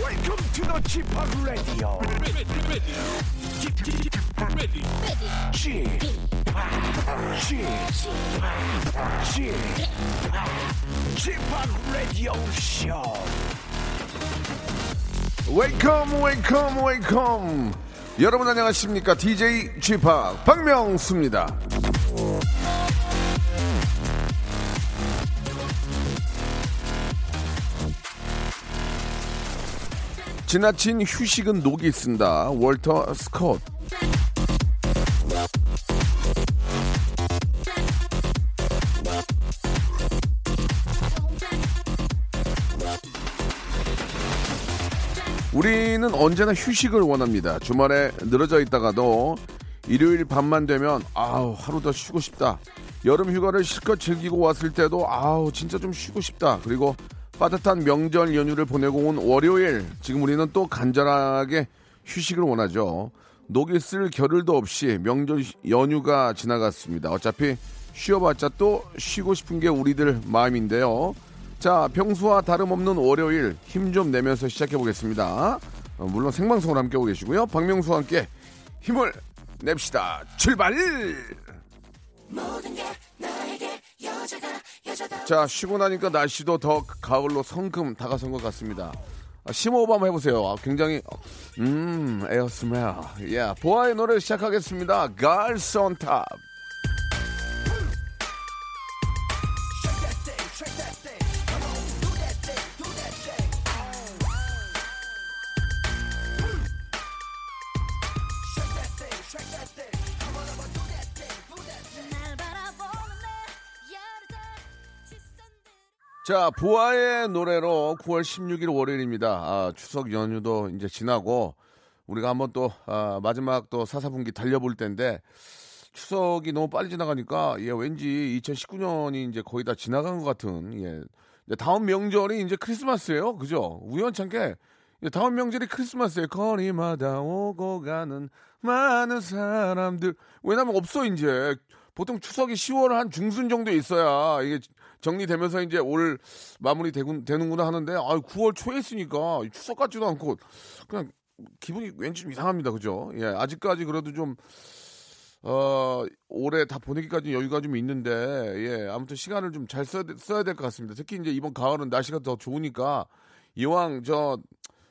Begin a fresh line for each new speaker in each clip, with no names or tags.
Welcome to the g p o p Radio.
ready, ready, ready, ready.
g p o p g p o p g p o p Radio Show.
웨이컴 웨이컴 웨이컴 여러분 안녕하십니까 DJ g p o p 박명수입니다 지나친 휴식은 녹이 쓴다 월터 스콧 우리는 언제나 휴식을 원합니다. 주말에 늘어져 있다가도 일요일 밤만 되면 아우 하루 더 쉬고 싶다. 여름 휴가를 실컷 즐기고 왔을 때도 아우 진짜 좀 쉬고 싶다. 그리고 빠듯한 명절 연휴를 보내고 온 월요일 지금 우리는 또 간절하게 휴식을 원하죠. 녹이 쓸 겨를도 없이 명절 연휴가 지나갔습니다. 어차피 쉬어봤자 또 쉬고 싶은 게 우리들 마음인데요. 자, 평소와 다름없는 월요일 힘 좀 내면서 시작해 보겠습니다. 어, 물론 생방송으로 함께하고 계시고요. 박명수와 함께 힘을 냅시다. 출발! 자, 쉬고 나니까 날씨도 더 가을로 성큼 다가선 것 같습니다. 아, 심호흡 한번 해보세요. 아, 굉장히, 음, 에어 스멜. 예, 보아의 노래 시작하겠습니다. Girls on Top.
날 바라보는 내 열을 시선들
자, 보아의 노래로 9월 16일 월요일입니다. 아, 추석 연휴도 이제 지나고 우리가 한번 또 아, 마지막 또 4, 4분기 달려볼 텐데 추석이 너무 빨리 지나가니까 예, 왠지 2019년이 이제 거의 다 지나간 것 같은 예. 이제 다음 명절이 이제 크리스마스예요. 그죠? 우연찮게 이제 다음 명절이 크리스마스예요. 거리마다 오고 가는 많은 사람들. 왜냐면 없어 이제. 보통 추석이 10월 한 중순 정도 있어야 이게 정리되면서 이제 올 마무리 되군, 되는구나 하는데 아 9월 초에 있으니까 추석 같지도 않고 그냥 기분이 왠지 좀 이상합니다. 그죠? 예. 아직까지 그래도 좀 어, 올해 다 보내기까지 여유가 좀 있는데, 예, 아무튼 시간을 좀 잘 써야, 돼- 써야 될 것 같습니다. 특히 이제 이번 가을은 날씨가 더 좋으니까, 이왕 저,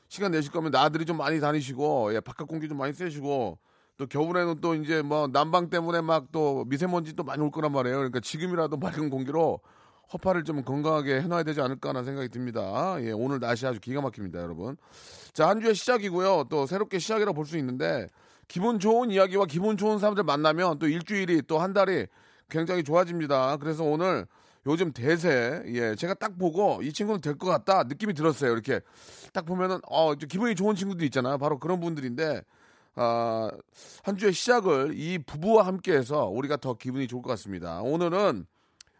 시간 내실 거면 나들이 좀 많이 다니시고, 예, 바깥 공기 좀 많이 쐬시고, 또 겨울에는 또 이제 뭐 난방 때문에 막 또 미세먼지 또 많이 올 거란 말이에요. 그러니까 지금이라도 맑은 공기로 허파를 좀 건강하게 해놔야 되지 않을까라는 생각이 듭니다. 예, 오늘 날씨 아주 기가 막힙니다, 여러분. 자, 한 주의 시작이고요. 또 새롭게 시작이라고 볼 수 있는데 기분 좋은 이야기와 기분 좋은 사람들 만나면 또 일주일이 또 한 달이 굉장히 좋아집니다. 그래서 오늘 요즘 대세 예 제가 딱 보고 이 친구는 될 것 같다 느낌이 들었어요. 이렇게 딱 보면은 어좀 기분이 좋은 친구들 있잖아요. 바로 그런 분들인데 아 한 주의 시작을 이 부부와 함께해서 우리가 더 기분이 좋을 것 같습니다. 오늘은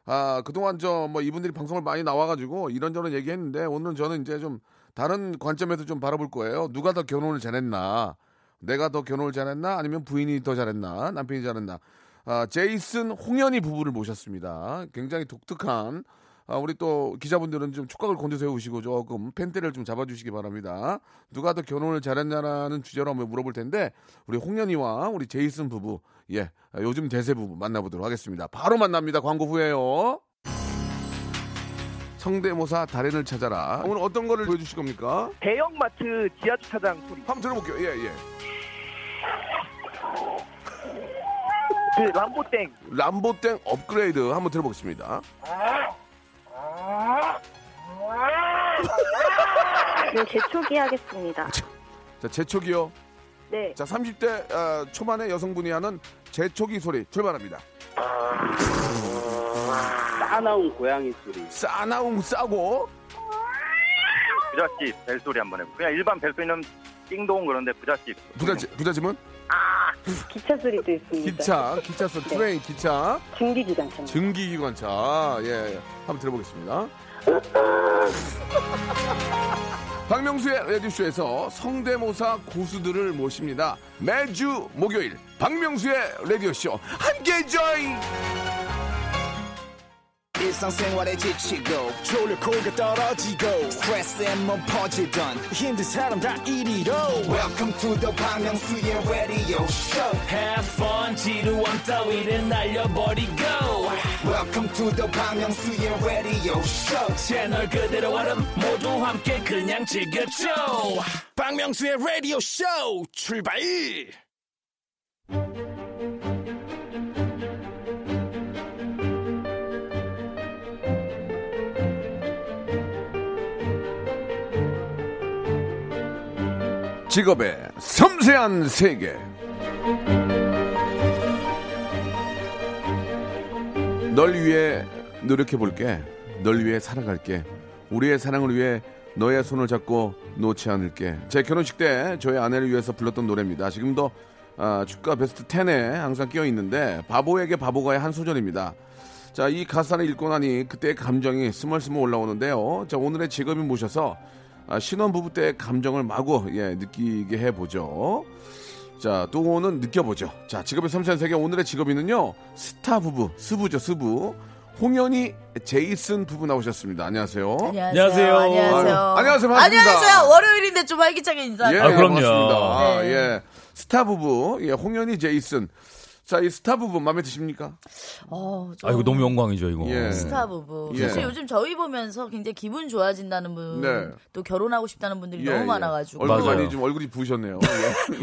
아, 그동안 저 뭐 이분들이 방송을 많이 나와가지고 이런저런 얘기했는데 오늘은 저는 이제 좀 다른 관점에서 좀 바라볼 거예요. 누가 더 결혼을 잘했나? 내가 더 결혼을 잘했나? 아니면 부인이 더 잘했나? 남편이 잘했나? 아, 제이슨 홍현희 부부를 모셨습니다. 굉장히 독특한 아, 우리 또 기자분들은 좀 촉각을 곤두세우시고 조금 펜대를 좀 잡아주시기 바랍니다. 누가 더 결혼을 잘했냐라는 주제로 한번 물어볼 텐데 우리 홍현이와 우리 제이슨 부부 예 아, 요즘 대세 부부 만나보도록 하겠습니다. 바로 만납니다. 광고 후에요. 성대모사 달인을 찾아라. 오늘 어떤 거를 보여주실 겁니까?
대형마트 지하주차장 소리.
한번 들어볼게요. 예 예.
그 람보땡.
람보땡 업그레이드 한번 들어보겠습니다.
네, 재초기 하겠습니다.
자 재촉이요.
네,
자 30대 아, 초반의 여성분이 하는 재촉이 소리 출발합니다.
싸나운 고양이 소리.
싸나움 싸고
부잣집 벨소리 한번 해보. 그냥 일반 벨소리는 띵동 그런데 부잣집.
부자지 부자지문
기차 소리도 있습니다.
기차 기차 소 트레인 기차
증기기관차.
증기기관차 예, 예. 한번 들어보겠습니다. 박명수의 라디오쇼에서 성대모사 고수들을 모십니다. 매주 목요일 박명수의 라디오쇼 함께 join.
일상생활에 지치고, 졸려 코가 떨어지고, 스트레스에 몸 퍼지던, 힘든 사람 다 이리로. welcome to the Bang Myung-soo's radio show
Have fun 지루한 따위를 날려버리고
welcome to the Bang Myung-soo's radio show
채널 그대로 와름 모두 함께 그냥 즐겨줘
박명수의 라디오 쇼 출발!
직업의 섬세한 세계. 널 위해 노력해 볼게. 널 위해 살아갈게. 우리의 사랑을 위해 너의 손을 잡고 놓지 않을게. 제 결혼식 때 저의 아내를 위해서 불렀던 노래입니다. 지금도 아, 축가 베스트 10에 항상 끼어 있는데 바보에게 바보가의 한 소절입니다. 자, 이 가사를 읽고 나니 그때의 감정이 스멀스멀 올라오는데요. 자, 오늘의 직업이 모셔서 아, 신혼부부 때의 감정을 마구 예, 느끼게 해보죠. 자, 또는 느껴보죠. 자, 직업의 섬세한 세계 오늘의 직업인은요. 스타 부부, 스부죠, 스부. 홍현희 제이슨 부부 나오셨습니다. 안녕하세요.
안녕하세요.
아유, 안녕하세요. 반갑습니다.
안녕하세요. 월요일인데 좀 활기차게 인사.
예,
아, 그럼요.
반갑습니다.
네.
예. 스타 부부, 예, 홍현희 제이슨. 자, 이 스타 부부 마음에 드십니까?
어, 좀
아 이거 너무 영광이죠 이거
예.
어, 스타 부부.
예.
사실 요즘 저희 보면서 굉장히 기분 좋아진다는 분,
네.
또 결혼하고 싶다는 분들이
예,
너무
예.
많아가지고.
얼굴
맞아요.
많이 좀 얼굴이 부으셨네요.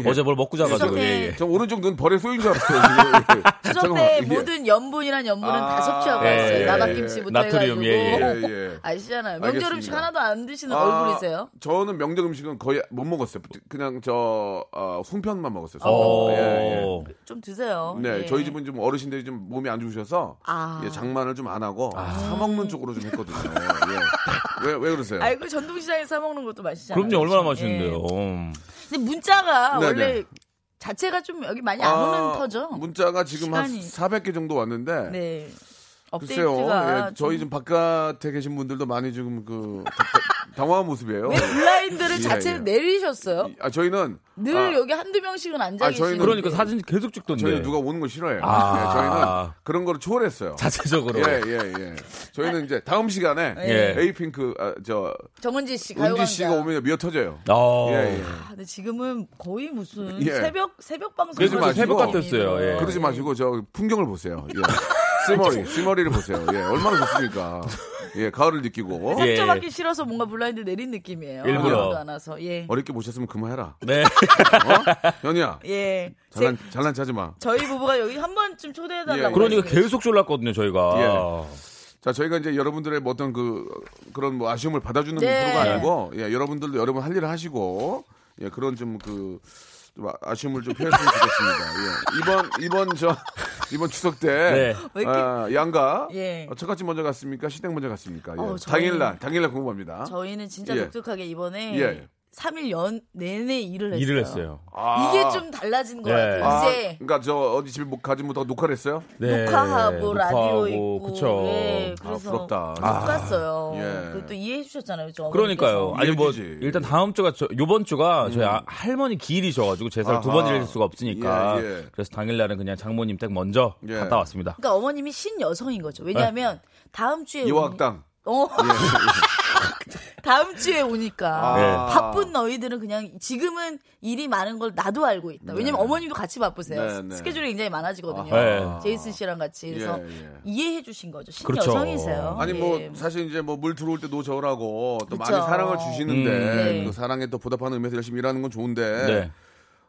예.
어제 뭘 먹고 자가지고
추석 때
예, 예.
저 오른쪽 눈 벌에 쏘인 줄 알았어요. 지금. 예.
추석
잠깐만,
때
예.
모든 염분이란 염분은
아,
다 섭취하고 왔어요.
예, 예,
나박김치부터
예. 나트륨,
해가지고.
예,
예, 예.
아시잖아요. 명절 음식
알겠습니다.
하나도 안 드시는
아,
얼굴이세요.
저는 명절 음식은 거의 못 먹었어요. 그냥 저 어, 송편만 먹었어요.
어.
송편. 예, 예.
좀 드세요.
네,
예.
저희 집은 좀 어르신들이 좀 몸이 안 좋으셔서
아.
예, 장만을 좀 안 하고 사 먹는 쪽으로 좀 했거든요. 예. 왜, 왜 그러세요?
아이고 전통시장에서 사 먹는 것도 맛있잖아요.
그러니까. 그럼요 얼마나
그렇죠?
맛있는데요
예.
음.
근데 문자가
네,
원래
네.
자체가 좀 여기 많이 안 오는 터죠.
아, 문자가 지금
시간이.
한 400개 정도 왔는데
네.
글쎄요.
업데이트가
예, 저희 좀 바깥에 계신 분들도 많이 지금 그 다- 당황한 모습이에요.
왜 블라인드를
예,
자체
예.
내리셨어요?
아, 저희는
늘
아,
여기 한두 명씩은 앉아
아,
계시는
저희는
그러니까 사진 계속 찍던데
저희 는 누가 오는 걸 싫어해요.
네. 아.
네, 저희는 그런 거를 초월했어요.
자체적으로
예, 예, 예. 저희는 이제 다음 시간에
예.
에이핑크 아, 저
정은지 씨
은지
네. 가요광장.
씨가 오면 미어 터져요.
아.
예, 예.
아, 근데 지금은 거의 무슨
예.
새벽 새벽 방송
그러지
같은
마시고.
느낌이에요.
새벽 같았어요, 예.
그러지 마시고 저 풍경을 보세요. 예. 쓰머리, 쓰머리를 보세요. 예, 얼마나 좋습니까? 예, 가을을 느끼고
예.
상처받기 싫어서 뭔가 블라인드 내린 느낌이에요.
일부러.
아무도 안 와서 예.
어렵게 보셨으면 그만해라.
네
어? 현이야,
예.
잘난
제-
잘난 차지 마.
저희 부부가 여기 한 번쯤 초대해 달라고.
예.
그러니까 계속 졸랐거든요 저희가
자, 저희가 이제 여러분들의 뭐 어떤 그 그런 뭐 아쉬움을 받아주는
네.
프로가 아니고, 예, 여러분들도 여러분 할 일을 하시고, 예, 그런 좀그 좀 아- 아쉬움을 좀 표현했으면 좋겠습니다. 예. 이번 이번 저 이번 추석 때
네.
왜 이렇게-
아, 양가
예.
어, 첫같이 먼저 갔습니까? 시댁 먼저 갔습니까? 예.
어, 저희-
당일날 당일날 궁금합니다.
저희는 진짜
예.
독특하게 이번에
예.
3일 연 내내 일을 했어요.
일을 했어요
아.
이게 좀 달라진 것
예.
같아요.
아,
이제
그러니까 저 어디 집에 못 가지 못하고 녹화를 했어요?
네.
녹화하고 라디오
녹화하고,
있고
그쵸
예, 그래서
아, 부럽다.
못 갔어요.
예.
그리고 또 이해해 주셨잖아요. 저
그러니까요. 아니 뭐
일주지. 음.
일단 다음 주가 저, 요번 주가 저희 아- 할머니 기일이셔가지고 제사를 두 번
아하.
지낼 수가 없으니까
예, 예.
그래서 당일날은 그냥 장모님 댁 먼저
예.
갔다 왔습니다.
그러니까 어머님이 신여성인 거죠. 왜냐하면
네.
다음 주에
이화학당. 예.
오니- 어, 다음 주에 오니까
아.
바쁜 너희들은 그냥 지금은 일이 많은 걸 나도 알고 있다. 왜냐면 어머님도 같이 바쁘세요.
네, 네.
스케줄이 굉장히 많아지거든요.
아하.
제이슨 씨랑 같이 그래서
예, 예.
이해해 주신 거죠.
네. 그렇죠.
신여성이세요.
아니 뭐
예.
사실 이제 뭐 물 들어올 때노 저으라고 또 많이
그쵸.
사랑을 주시는데
음.
네.
그 사랑에 또 보답하는 의미에서 열심히 일하는 건 좋은데
네.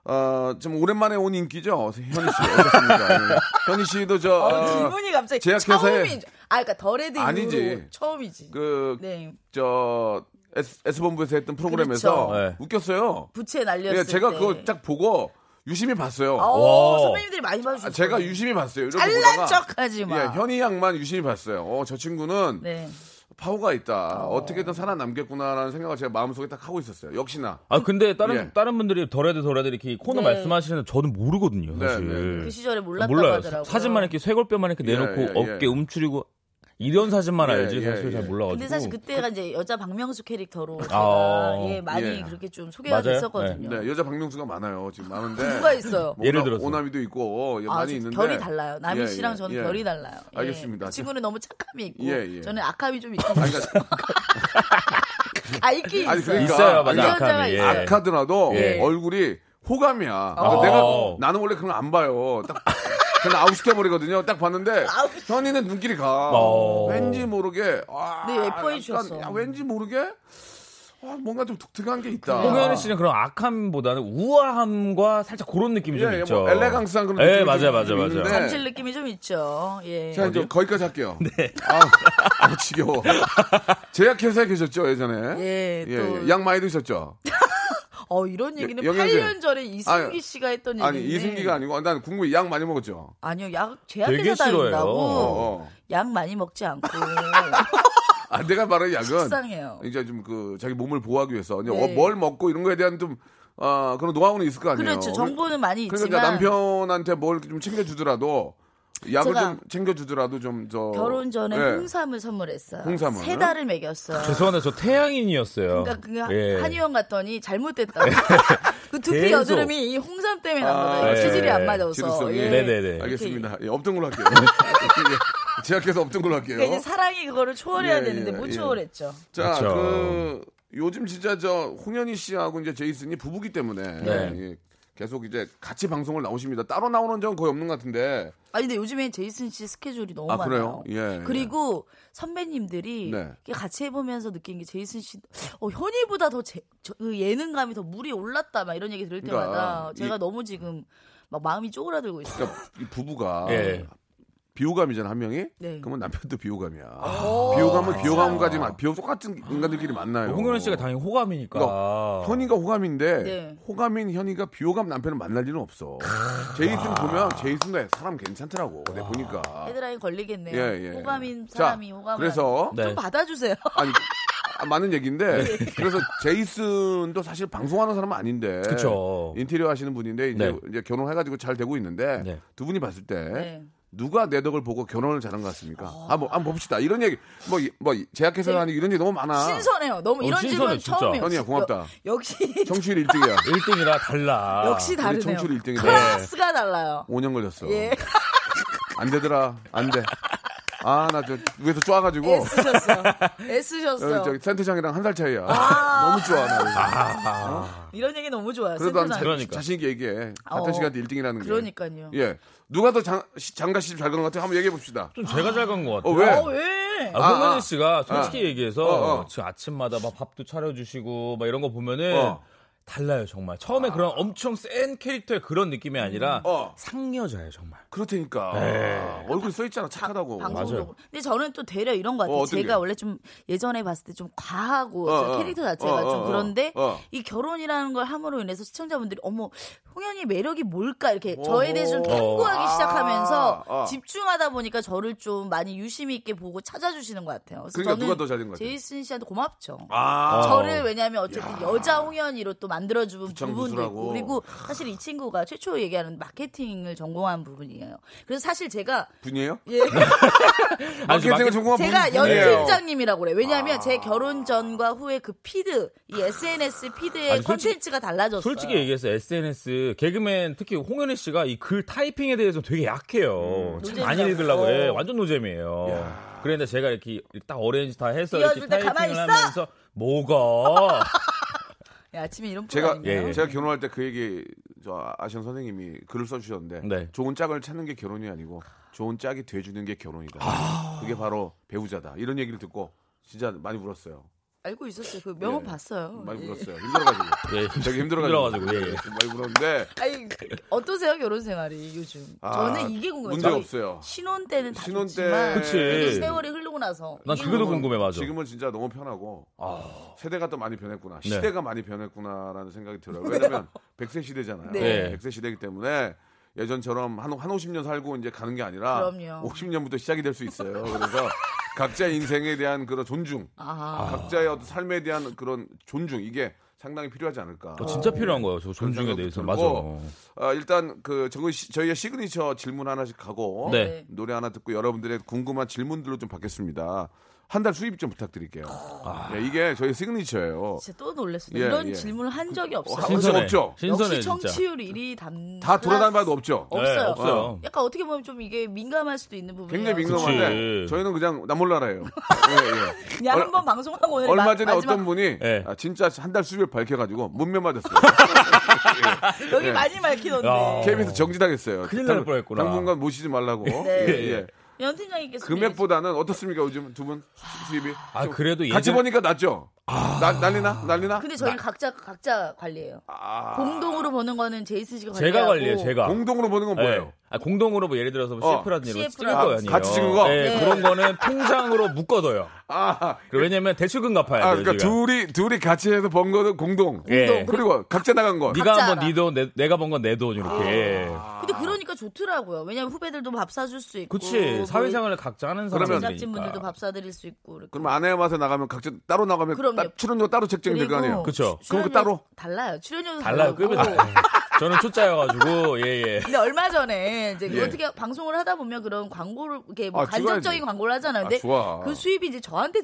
어, 좀 오랜만에 온 인기죠 현희 씨 어떻습니까? 예. 현희 씨도 저
어,
어,
기분이 갑자기
제약회사에-
처음이죠. 아, 그러니까 덜헤드 이후로
아니지.
처음이지.
그,
네.
저, S, S본부에서 했던 프로그램에서
그렇죠.
네.
웃겼어요.
부채 날렸을
예,
때.
제가 그거 딱 보고 유심히 봤어요.
어,
와.
선배님들이 많이 봐주셨어요.
아, 제가 유심히 봤어요. 이러고
잘난
보다가
척하지 마.
예, 현희 양만 유심히 봤어요. 어, 저 친구는
네.
파워가 있다. 어. 떻게든 살아남겠구나라는 생각을 제가 마음속에 딱 하고 있었어요. 역시나.
아 근데 다른
예.
다른 분들이 덜해도 덜해도 이렇게 코너
네.
말씀하시는데 저는 모르거든요
네,
사실.
네, 네.
그 시절에 몰랐다고
아, 몰라요.
하더라고요.
사진만 이렇게 쇄골뼈만 이렇게 내놓고
예, 예, 예.
어깨 움츠리고 이런 사진만
예,
알지
예,
사실
예.
잘 몰라가지고.
근데 사실 그때가 이제 여자 박명수 캐릭터로
아.
제가 예, 많이
예.
그렇게 좀 소개가
맞아요?
됐었거든요.
네, 여자 박명수가 많아요. 지금 많은데.
누가 있어요?
뭐
예를
오나-
들어서.
오나미도 있고 예,
아,
많이
저
있는데.
결이 달라요. 남희
예,
씨랑
예,
저는
예.
결이 달라요. 예.
알겠습니다.
그 친구는 너무 착함이 있고
예, 예.
저는 악함이 좀 있고.
아니, 그러니까,
아 있긴
아니,
있어요.
그러니까
있어요, 맞아.
아니,
여자가
악함이, 예.
있어요.
악하더라도
예.
얼굴이 호감이야. 그러니까
어.
내가
어.
나는 원래 그런 거안 봐요. 딱 저는 아웃 시켜 버리거든요. 딱 봤는데 현이는 눈길이 가.
어.
왠지 모르게. 아,
네, 예뻐해
약간,
주셨어.
야, 왠지 모르게 아, 뭔가 좀 독특한 게 있다.
홍현희 씨는 그런 악함보다는 우아함과 살짝 그런 느낌이 좀
예, 예,
있죠.
뭐 엘레강스한 그런
예,
느낌이
맞아요,
좀
맞아요,
있는데.
맞아요.
감칠 느낌이 좀 있죠. 예.
자, 어. 이제 거기까지 할게요.
네.
아우, 아우, 지겨워. 제약회사에 계셨죠, 예전에?
예, 또-
양 많이 드셨죠?
어 이런 얘기는
여- 영양제.
8년 전에 이승기
아니,
씨가 했던 얘기인데.
아니, 이승기가 아니고, 난 국물 양 많이 먹었죠.
아니요, 약
되게
제약회사
싫어해요.
다닌다고
어, 어.
약 많이 먹지 않고
아, 내가 말하는 약은.
식상해요.
이제 좀 그, 자기 몸을 보호하기 위해서. 이제
네.
어, 뭘 먹고 이런 거에 대한 좀, 아, 그런 노하우는 있을 거 아니에요?
그렇죠. 정보는 많이
그러니까 이제
있지만
남편한테 뭘 좀 챙겨주더라도, 약을
제가
좀 챙겨주더라도 좀, 저.
결혼 전에
예.
홍삼을 선물했어요.
홍삼을?
세 달을 먹였어요.
죄송한데 저 태양인이었어요.
그러니까 그
예.
한의원 갔더니 잘못됐다고. 그 두피
계속.
여드름이 이 홍삼 때문에 난 거다.
예. 아,
요 체질이
예.
안 맞아서.
지루성이.
예.
네네네.
알겠습니다. 예, 없던 걸로 할게요. 예, 제약해서 없던 걸로 할게요.
그러니까 이제 사랑이 그거를 초월해야
어? 예,
되는데
예,
못
예.
초월했죠.
자,
그쵸.
그 요즘 진짜 저 홍현희 씨하고 이제 제이슨이 부부기 때문에
네.
예, 계속 이제 같이 방송을 나오십니다. 따로 나오는 적은 거의 없는 것 같은데.
아니 근데 요즘에 제이슨 씨 스케줄이 너무
아, 그래요?
많아요.
예, 예.
그리고 선배님들이
네.
이렇게 같이 해보면서 느낀 게 제이슨 씨, 어, 현이보다 더 제, 저, 그 예능감이 더 물이 올랐다 막 이런 얘기 들을
그러니까
때마다
이-
제가 너무 지금 막 마음이 쪼그라들고 있어요.
그러니까 이 부부가
예.
비호감이잖아 한 명이.
네. 아.
그러면 남편도 비호감이야. 비호감은 비호감까지 만 비호 똑같은 인간들끼리 만나요.
어, 홍현희 씨가 당연히 호감이니까.
그러니까 현이가 호감인데
네.
호감인 현이가 비호감 남편을 만날 일은 없어.
아.
제이슨 보면 제이슨도 사람 괜찮더라고. 내가 보니까.
헤드라인 걸리겠네요.
예, 예.
호감인
자,
사람이 호감.
그래서
네.
좀 받아주세요.
아니 아, 많은 얘기인데 그래서 제이슨도 사실 방송하는 사람은 아닌데
그쵸.
인테리어 하시는 분인데 이제,
네.
이제 결혼해가지고 잘 되고 있는데
네.
두 분이 봤을 때
네. 아.
누가 내 덕을 보고 결혼을 잘한 것 같습니까? 한번 한번 봅시다 이런 얘기 뭐 뭐 제약회사 다니 이런 얘기 너무 많아.
신선해요. 너무
어,
이런
신선해,
질문
진짜.
처음이에요.
현이야, 고맙다.
여- 역시
정치율 1등이야.
1등이라 달라.
역시 다르네요.
청취율 일등이네.
클래스가 달라요.
5년 걸렸어.
예.
안 되더라 안 돼. 아 나 저 위에서
예,
쪼아가지고
애쓰셨어.
어,
애쓰셨어.
저기 센터장이랑 한 살 차이야.
아.
너무 좋아. 나.
이런 얘기 너무 좋아요.
그래도 난 자,
센터장.
그러니까.
자신 있게 얘기해. 같은
어.
시간대 1등이라는 게.
그러니까요.
예. 누가 더 장, 시- 장가 시집 잘 가는 것 같아요? 한번 얘기해 봅시다.
좀 제가 잘 간 것
어,
같아요.
왜?
어, 왜?
아,
아.
홍현희 씨가 솔직히
아.
얘기해서
어, 어.
지금 아침마다 막 밥도 차려주시고 막 이런 거 보면은
어.
달라요 정말. 처음에 그런 엄청 센 캐릭터의 그런 느낌이 아니라
어.
상여자예요 정말.
그렇다니까. 얼굴 써 있잖아. 착하다고.
방송도. 근데 저는 또 되려 이런 것 같아요.
어, 어떤
제가
게?
원래 좀 예전에 봤을 때 좀 과하고
어,
저
어.
캐릭터 자체가
어, 어,
좀
어.
그런데
어.
이 결혼이라는 걸 함으로 인해서 시청자분들이 어머 홍현이 매력이 뭘까 이렇게 저에 대해서 좀 탐구하기
어. 아,
시작하면서
아.
집중하다 보니까 저를 좀 많이 유심히 있게 보고 찾아주시는 것 같아요. 그래서
그러니까
저는
누가 더 잘된 것 같아요?
제이슨 씨한테 고맙죠.
아.
저를 왜냐하면 어쨌든 여자 홍현이로 또 만들어준 부분도
부창부수라고.
있고 그리고 사실 이 친구가 최초 얘기하는 마케팅을 전공한 부분이에요. 그래서 사실 제가
분이에요?
예.
아니,
마케팅을
마케-
전공한
제가
분- 분이에요. 아.
연팀장님이라고 그래요. 왜냐하면 제 결혼 전과 후에 그 피드, 이 SNS 피드의
아니, 솔직히-
컨텐츠가 달라졌어요.
솔직히 얘기해서 SNS 개그맨 특히 홍현희 씨가 이 글 타이핑에 대해서 되게 약해요. 참
노잼이라고.
많이 읽으려고 해.
어.
완전 노잼이에요. 그런데 제가 이렇게 딱 어레인지 다 해서
띄워줄
이렇게
때 가만히
타이핑을
있어!
하면서 뭐가
야, 아침에 이런 프로
제가
아닌가요?
예, 예.
제가 결혼할 때 그 얘기 저 아시안 선생님이 글을 써주셨는데
네.
좋은 짝을 찾는 게 결혼이 아니고 좋은 짝이 돼주는 게 결혼이다. 그게 바로 배우자다. 이런 얘기를 듣고 진짜 많이 울었어요.
알고 있었어요. 그 명언
예.
봤어요.
많이
예.
울었어요. 힘들어가지고.
예,
되게 힘들어가지고.
힘들어가지고, 예, 예.
많이 울었는데
아니, 어떠세요 결혼 생활이 요즘?
아,
저는 이게 궁금해요.
문제가
저희
없어요.
신혼 때는 다
신혼 때-
좋지만
그치.
그래도 세월이 흐르고 나서
난
이게
그게
뭐,
더
너무-
궁금해 맞아. 아.
지금은 진짜 너무 편하고 세대가 또 많이 변했구나
네.
시대가 많이 변했구나라는 생각이 들어요 왜냐면 100세 시대잖아요
네.
100세 시대이기 때문에 예전처럼 한, 한 50년 살고 이제 가는 게 아니라
그럼요.
50년부터 시작이 될 수 있어요 그래서 각자의 인생에 대한 그런 존중
아,
각자의 어떤 삶에 대한 그런 존중 이게 상당히 필요하지 않을까.
어, 진짜 필요한 거예요. 저 존중에 대해서 맞아.
그리고, 아, 일단 그 정은 씨, 저희의 시그니처 질문 하나씩 가고
네.
노래 하나 듣고 여러분들의 궁금한 질문들로 좀 받겠습니다. 한 달 수입 좀 부탁드릴게요.
아.
예, 이게 저희 시그니처예요.
진짜 또 놀랐어요.
예,
이런
예.
질문을 한 적이
어,
아, 없어요.
한 번도 없죠.
역시 청취율 1위 담.
다 돌아다녀 봐도 없죠.
없어요.
네, 없어요.
어. 약간 어떻게 보면 좀 이게 민감할 수도 있는 부분이에요.
굉장히 민감한데
그치.
저희는 그냥 나몰라라예요. 예, 예.
그냥 한번 방송하고 오늘
얼마
마-
전에
마지막-
어떤 분이
예.
아, 진짜 한 달 수입을 밝혀가지고 문면 맞았어요.
여기
예.
많이
야.
말히던데
KBS 정지당했어요.
어. 큰일 날
당-
뻔했구나.
당분간 모시지 말라고.
네.
예, 예.
연 팀장님께서
금액보다는 어떻습니까 요즘 두 분 수입이?
아,
좀
그래도
같이
예전- 아.
보니까 낫죠. 나- 난리나 난리나. 아.
근데 저희 각자 각자 관리해요. 공동으로 보는 거는 제이스 씨가 관리하고
제가 관리해요, 제가.
공동으로 보는 건 뭐예요?
네. 아, 공동으로 뭐 예를 들어서 뭐
어.
CF라든지 이런 거 찍을
아,
거 아니에요.
같이 찍은 거?
네,
네.
그런 거는 통장으로 묶어둬요.
아,
그리고 왜냐면 대출금 갚아야
아
돼요.
그러니까
지금.
둘이 둘이 같이 해서 번 거는 공동.
예.
공동.
그리고 각자 나간 건.
네가
각자
한번
알아.
네돈 내가 번 건 내 돈 이렇게.
근데 그러니까 좋더라고요. 왜냐면 후배들도 밥 사줄 수 있고. 뭐
그치. 사회생활을 각자 하는
그러면-
사람이니까.
어, 제작진분들도 밥 사드릴 수 있고. 이렇게.
그럼 아내의 맛에 나가면 각자 따로 나가면
그럼요.
따- 출연료 따로 책정이 될 거 아니에요.
그쵸.
그럼 그
출연료
따로
달라요. 어. 출연료도
달라요. 급이
다르고.
달라요. 저는 초짜여가지고 예예.
근데 얼마 전에 이제
예.
어떻게 방송을 하다 보면 그런 광고를 이렇게 뭐
아,
간접적인
좋아야지.
광고를 하잖아요.
아,
근데
좋아.
그 수입이 이제 저한테
어, 어,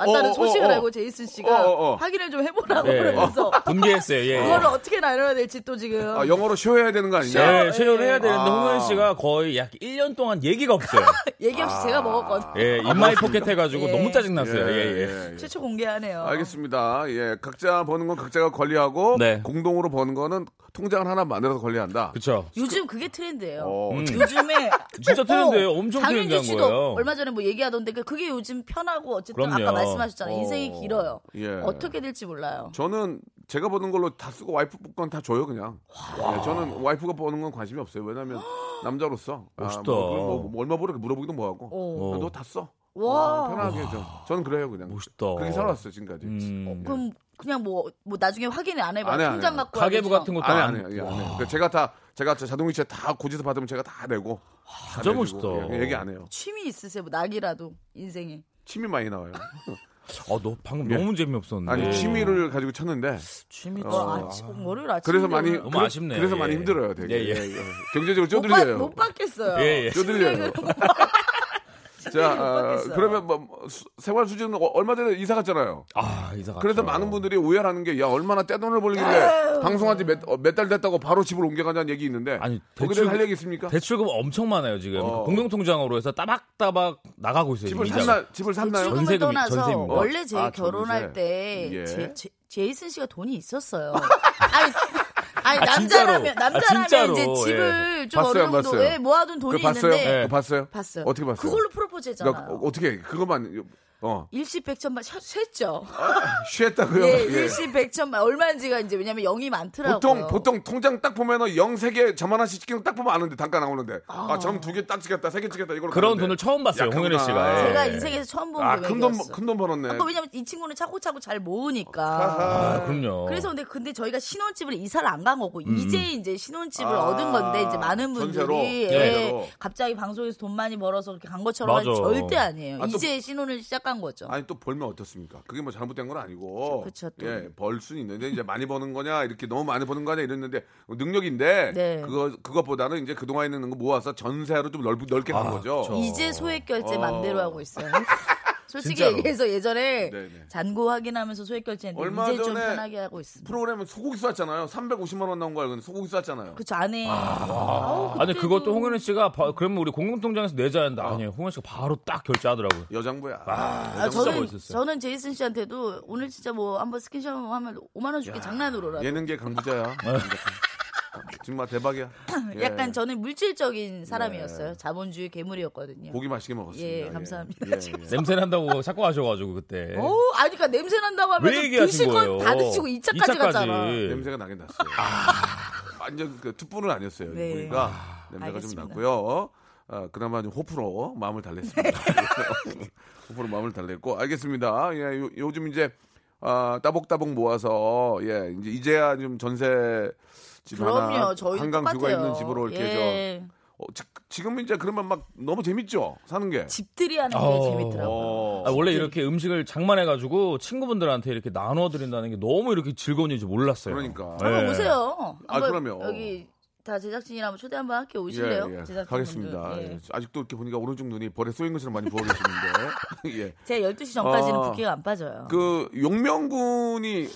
들어왔다는
어, 어,
소식을
어.
알고 제이슨 씨가
어, 어, 어.
확인을 좀 해보라고
예.
그러면서
분개했어요. 예. 예.
그거를 어떻게 나눠야 될지 또 지금
아, 영어로 쇼해야 되는 거 아니냐?
예, 실현을 해야 되는데
아.
홍현 씨가 거의 약 1년 동안 얘기가 없어요.
얘기 없이
아.
제가 먹었거든.
예, 인마이 포켓 해가지고
예.
너무 짜증났어요. 예, 예.
예.
최초 공개하네요.
알겠습니다. 예, 각자 버는 건 각자가 관리하고
네.
공동으로 버는 거는 통장을 하나 만들어서 관리한다.
그쵸.
요즘 그게 트렌드예요.
어,
음.
요즘에 어,
진짜 트렌드예요. 엄청
장윤주
트렌드한
씨도
거예요.
얼마 전에 뭐 얘기하던데 그- 그게 요즘 편하고 어쨌든 아까
그럼요.
말씀하셨잖아요. 인생이
어.
길어요.
예.
어떻게 될지 몰라요.
저는 제가 버는 걸로 다 쓰고 와이프 건 다 줘요 그냥. 예, 저는 와이프가 버는 건 관심이 없어요. 왜냐면 남자로서 아,
멋있다.
뭐, 그걸 뭐, 뭐 얼마 벌어 물어보기도 뭐하고
오.
어.
너다 써. 어,
와.
편하게 좀. 저는 그래요 그냥.
멋있다.
그렇게 살아왔어요 지금까지. 예.
음.
그럼 그냥 뭐, 뭐 나중에 확인을 안
네.
해봐요.
안 해, 안
통장
해.
갖고
가계부
와야 돼서.
같은 것도
안해
안
안해 예, 안해. 그러니까 제가 다 제가 자동이체 다 고지서 받으면 제가 다 내고. 다
진짜
내주고.
멋있다.
예, 얘기 안 해요.
취미 있으세요? 뭐 낙이라도 인생에.
침이 많이 나와요.
아, 너 방금
예.
너무 재미없었는데.
아니 취미를 가지고 쳤는데
취미
어,
어.
아침 월요일 아침.
그래서 많이
너무
그래,
아쉽네요.
그래서 많이
예.
힘들어요, 되게.
예, 예.
예, 예. 경제적으로
못, 받,
쪼들려요.
못 받겠어요.
예, 예.
쪼들려요. 자,
못
아,
받겠어요.
그러면 뭐, 뭐, 수- 생활 수준은 어- 얼마 전에 이사 갔잖아요.
아, 이사 가.
그래서 많은 분들이 오해하는 게 야 얼마나 떼돈을 벌리는데 방송한 지 몇 달 됐다고 바로 집을 옮겨가자는 얘기 있는데
아니,
거기에
대출-
대해서 할 얘기 있습니까?
대출금 엄청 많아요, 지금.
어.
공동통장으로 해서 따박따박 나가고 있어요.
집을
지금 이자가.
샀나 집을 샀나요?
대출금-
대출금을
전세금이-
떠나서
전세입니다.
원래 제
아, 전세.
결혼할 때
예.
제, 제, 제이슨 씨가 돈이 있었어요. 아니, 아니
아, 진짜로.
남자라면 남자라면
아, 진짜로.
이제 집을 좀
봤어요,
어느 정도
봤어요.
예, 모아둔
그거
돈이
봤어요?
있는데
그거 봤어요?
봤어요.
어떻게 봤어요?
그걸로 프로포즈 했잖아요.
그러니까 어- 어떻게 그것만 어
일시백천만 셔- 샜죠.
취했다고요?
예,
예.
일시백천만 얼마인지가 이제 왜냐면 0이 많더라고요.
보통 보통 통장 딱 보면은 영세개 점 하나씩 찍히는 거딱 보면 아는데 단가 나오는데 아점 두 개 딱 찍혔다 세 개 찍혔다 이걸
그런 돈을 처음 봤어요, 홍현희
아.
씨가. 예.
제가 인생에서 처음 본 금액이었어.
네. 아큰돈큰돈 뭐, 벌었네.
아까 왜냐면 이 친구는 차고차고 잘 모으니까.
아하.
아, 그럼요.
그래서 근데 근데 저희가 신혼집을 이사를 안 간 거고 이제 이제
음.
신혼집을
아,
얻은 건데 이제 많은
전세로? 네.
분들이 예,
전세로.
갑자기 방송에서 돈 많이 벌어서 그렇게 간 것처럼
맞아.
절대 아니에요.
아, 또-
이제 신혼을 시작한 거죠.
아니 또 벌면 어떻습니까? 그게 뭐 잘못된 건 아니고.
그쵸, 또.
예, 벌 수는 있는데 이제 많이 버는 거냐 이렇게 너무 많이 버는 거냐 이랬는데 능력인데
네.
그거 그것보다는 이제 그 동안에 있는 거 모아서 전세로 좀 넓, 넓게 간 거죠.
이제 소액 결제
어.
맘대로 하고 있어요. 솔직히
진짜로.
얘기해서 예전에
네네.
잔고 확인하면서 소액 결제했는데
얼마
이제 좀
전에
편하게 하고 있습니다.
프로그램은 소고기 쐈잖아요. 350만 원 나온 거 알고 있는데 소고기 쐈잖아요.
그쵸 안에
아니 그것도 홍현희 씨가 바- 그러면 우리 공공통장에서 내자 했는데
어.
아니에요. 홍현 씨가 바로 딱 결제하더라고요.
여장부야.
아, 저는
멋있었어요.
저는 제이슨 씨한테도 오늘 진짜 뭐 한번 스킨십 한번 하면 5만 원 줄게 장난으로라도
예능계 강부자야. 아, 정말 대박이야. 예. 네.
약간 저는 물질적인 사람이었어요. 자본주의 괴물이었거든요.
고기 맛있게 먹었습니다.
예, 감사합니다.
예, 예.
냄새 난다고 자꾸
네.
하셔가지고 그때.
어, 아니 그러니까 냄새 난다고
왜
하면
얘기하신
드실
거예요?
건다 드시고 2차까지,
이차까지. 예. 네.
갔잖아.
냄새가 나긴 났어요. 완전 그 투뿔은 아니었어요.
네.
보니까 냄새가
알겠습니다.
좀 났고요. 아, 그나마 좀 호프로 마음을 달랬습니다. 호프로 마음을 달랬고 알겠습니다. 예, 요, 요즘 이제 아, 따복따복 모아서 예, 이제 이제야 좀 전세 집 하나
그럼요. 예. 저희
한강 뷰가 있는 집으로 이렇게 좀 어, 지, 금 이제 그러면 막 너무 재밌죠 사는 게.
집들이 하는 게 재밌더라고요.
어,
아, 원래 이렇게 음식을 장만해가지고 친구분들한테 이렇게 나눠드린다는 게 너무 이렇게 즐거운 일인지 몰랐어요. 네.
그러니까.
한번 오세요.
아,
한번
그럼요.
여기 다 제작진이랑 한번 초대 한번 할게요. 오실래요?
예, 예.
제작진
가겠습니다.
분들. 예.
예. 아직도 이렇게 보니까 오른쪽 눈이 벌에 쏘인 것처럼 많이 부어 계시는데. 예.
제가 12시 전까지는
아,
붓기가 안 빠져요.
그 용명군이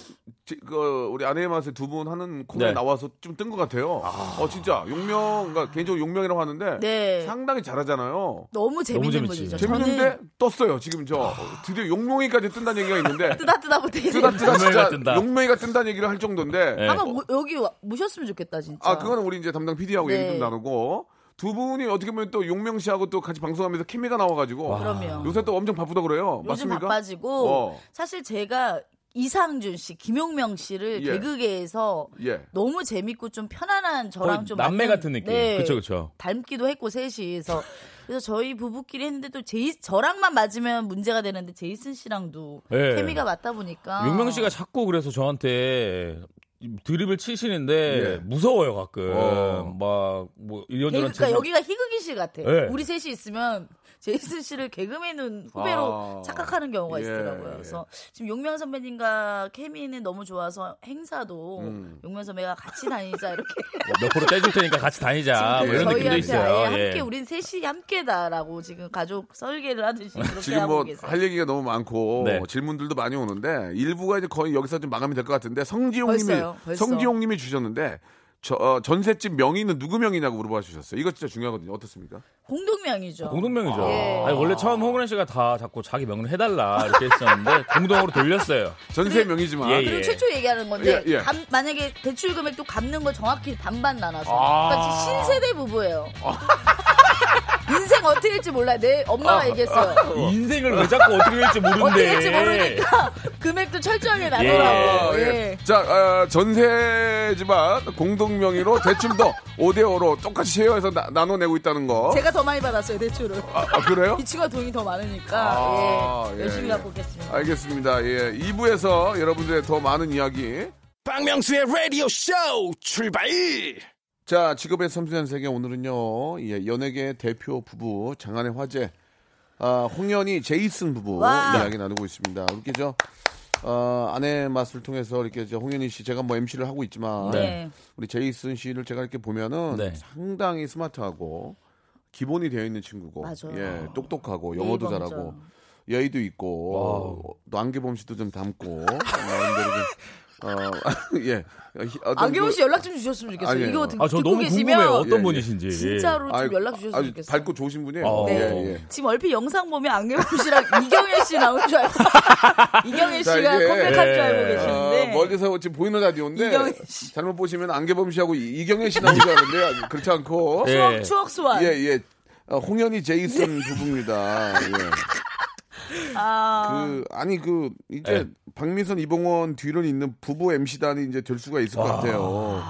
지- 그 우리 아내의 맛에 두 분 하는 코너에
네.
나와서 좀 뜬 것 같아요. 어 진짜 용명 그러니까 개인적으로 용명이라고 하는데
네.
상당히 잘하잖아요.
너무 재밌는
재밌지.
분이죠.
재밌는데
저는
떴어요. 지금
아.
저 드디어 용명이까지 뜬다는 얘기가 있는데
뜨다 뜨다 못해.
뜨다 뜨다
용명이가
진짜
뜬다. 네.
용명이가 뜬다는 얘기를 할 정도인데
아마
어,
모- 여기 와- 모셨으면 좋겠다 진짜.
아 그거는 우리 이제 담당 PD하고 얘기 좀
네.
나누고 두 분이 어떻게 보면 또 용명 씨하고 또 같이 방송하면서 케미가 나와가지고
그럼요.
요새 또 엄청 바쁘다 그래요.
요즘
맞습니까?
바빠지고
어.
사실 제가 이상준 씨, 김용명 씨를
예.
개그계에서
예.
너무 재밌고 좀 편안한 저랑
거의
좀
남매
맞는-
같은 느낌.
네.
그쵸, 그쵸.
닮기도 했고 셋이서 그래서 저희 부부끼리 했는데 또 제이 저랑만 맞으면 문제가 되는데 제이슨 씨랑도
예.
케미가 맞다 보니까
용명 씨가 자꾸 그래서 저한테 드립을 치시는데
예.
무서워요 가끔
어.
막뭐
개그,
이런저런
그러니까
질문-
여기가 희극이 씨 같아.
예.
우리 셋이 있으면 제이슨 씨를 개그맨은 후배로
아.
착각하는 경우가
예,
있더라고요.
예.
그래서 지금 용명 선배님과 케미는 너무 좋아서 행사도
음.
용명 선배가 같이 다니자 이렇게
뭐 몇 프로 떼줄 테니까 같이 다니자 뭐 이런
지금
느낌도
저희한테 아예
있어요.
함께
예.
우린 셋이 함께다라고 지금 가족 설계를 하듯이 그렇게
지금
하고
뭐
계세요.
할 얘기가 너무 많고
네.
질문들도 많이 오는데 일부가 이제 거의 여기서 좀 마감이 될 것 같은데 성지용님이
벌써요, 벌써.
성지용님이 주셨는데 저 어, 전셋집 명의는 누구 명의냐고 물어봐 주셨어요. 이거 진짜 중요하거든요. 어떻습니까?
공동명이죠.
아, 공동명이죠.
예.
아니, 원래 처음 홍은혜 씨가 다 자꾸 자기 명을 해달라 이렇게 했었는데 공동으로 돌렸어요.
네.
전세 명의지만
예, 예.
아, 그리고 최초 얘기하는 건데
예, 예.
감- 만약에 대출 금액도 갚는 거 정확히 반반 나눠서
아.
그러니까 지금 신세대 부부예요. 인생 어떻게 될지 몰라. 내 엄마가
아.
얘기했어요.
인생을 왜 자꾸 어떻게 될지
어떻게
모르는데.
될지 모르니까 금액도 철저하게
어,
나더라고. 예.
예. 자 어, 전세지만 공동 명의로 대출도 5대5로 똑같이 쉐어해서 나, 나눠내고 있다는 거.
제가 더 많이 받았어요 대출을.
아, 아, 그래요?
이 친구가 돈이 더 많으니까
아,
예.
예,
열심히
예.
갖고 오겠습니다.
알겠습니다. 예, 2부에서 여러분들의 더 많은 이야기
박명수의 라디오 쇼 출발!
자, 직업의 섬세한 세계 오늘은요. 예, 연예계 대표 부부 장안의 화제 아, 홍현희 제이슨 부부
와.
이야기 나누고 있습니다. 이렇게 저 어, 아내 맛을 통해서 이렇게 저 홍현희 씨 제가 뭐 MC를 하고 있지만
네.
우리 제이슨 씨를 제가 이렇게 보면은
네.
상당히 스마트하고 기본이 되어 있는 친구고
맞아요.
예, 똑똑하고 영어도
예의범절.
잘하고 예의도 있고 어, 또 안개범 씨도 좀 닮고 나름대로 좀, 어, 예. 어떤
안경훈
그-
씨 연락 좀 주셨으면 좋겠어요.
아, 예.
이거 듣,
아, 저
듣고
너무
계시면
궁금해요. 어떤
예, 예.
분이신지.
진짜로 좀
아유,
연락 주셨으면
아주
좋겠어요.
밝고 좋으신 분이에요.
어.
네.
예, 예.
지금 얼핏 영상 보면 안경훈 씨랑 이경혜 씨 나온 줄 알고 이경혜
자,
씨가
이게-
컴백한 줄
예.
알고
어,
계시는데
멀리서 지금 보이는 라디오인데
네. 이경혜 씨.
잘못 보시면 안개범 씨하고 이- 이경혜 씨 나오는 줄 알았는데 아주 그렇지 않고
예.
추억 추억 소환.
예, 예. 어, 홍현희
네.
제이슨 부부입니다. 예.
아,
그 아니 그
네.
이제 박민선 이봉원 뒤로 있는 부부 MC단이 이제 될 수가 있을 것 같아요.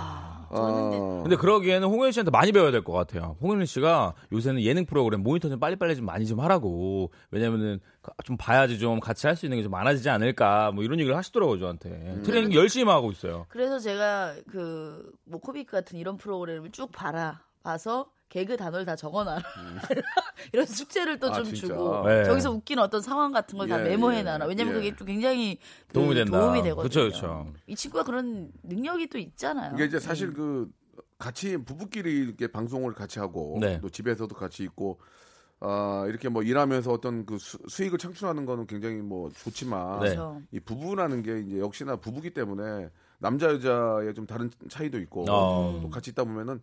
아,
근데 그러기에는 홍현희 씨한테 많이 배워야 될 것 같아요. 홍현희 씨가 요새는 예능 프로그램 모니터 좀 빨리빨리 좀 많이 좀 하라고. 왜냐면은 그 좀 봐야지 좀 같이 할 수 있는 게 좀 많아지지 않을까. 뭐 이런 얘기를 하시더라고요, 저한테.
음.
트레이닝 열심히 하고 있어요.
그래서 제가 그 모코빅 같은 이런 프로그램을 쭉 봐라 봐서 개그 단어를 다 적어놔라 이런 숙제를 또
음. 아,
좀
진짜.
주고
네.
저기서 웃긴 어떤 상황 같은 걸 다
예,
메모해놔라
예,
왜냐면
예.
그게 또 굉장히 그
도움이 된다.
도움이 되거든요
그쵸, 그쵸.
이 친구가 그런 능력이 또 있잖아요
이게 이제 사실 그 같이 부부끼리 이렇게 방송을 같이 하고
네.
또 집에서도 같이 있고 아 이렇게 뭐 일하면서 어떤 그 수, 익을 창출하는 거는 굉장히 뭐 좋지만
네.
그렇죠.
이 부부라는 게 이제 역시나 부부기 때문에 남자 여자의 좀 다른 차이도 있고
어.
또 같이 있다 보면은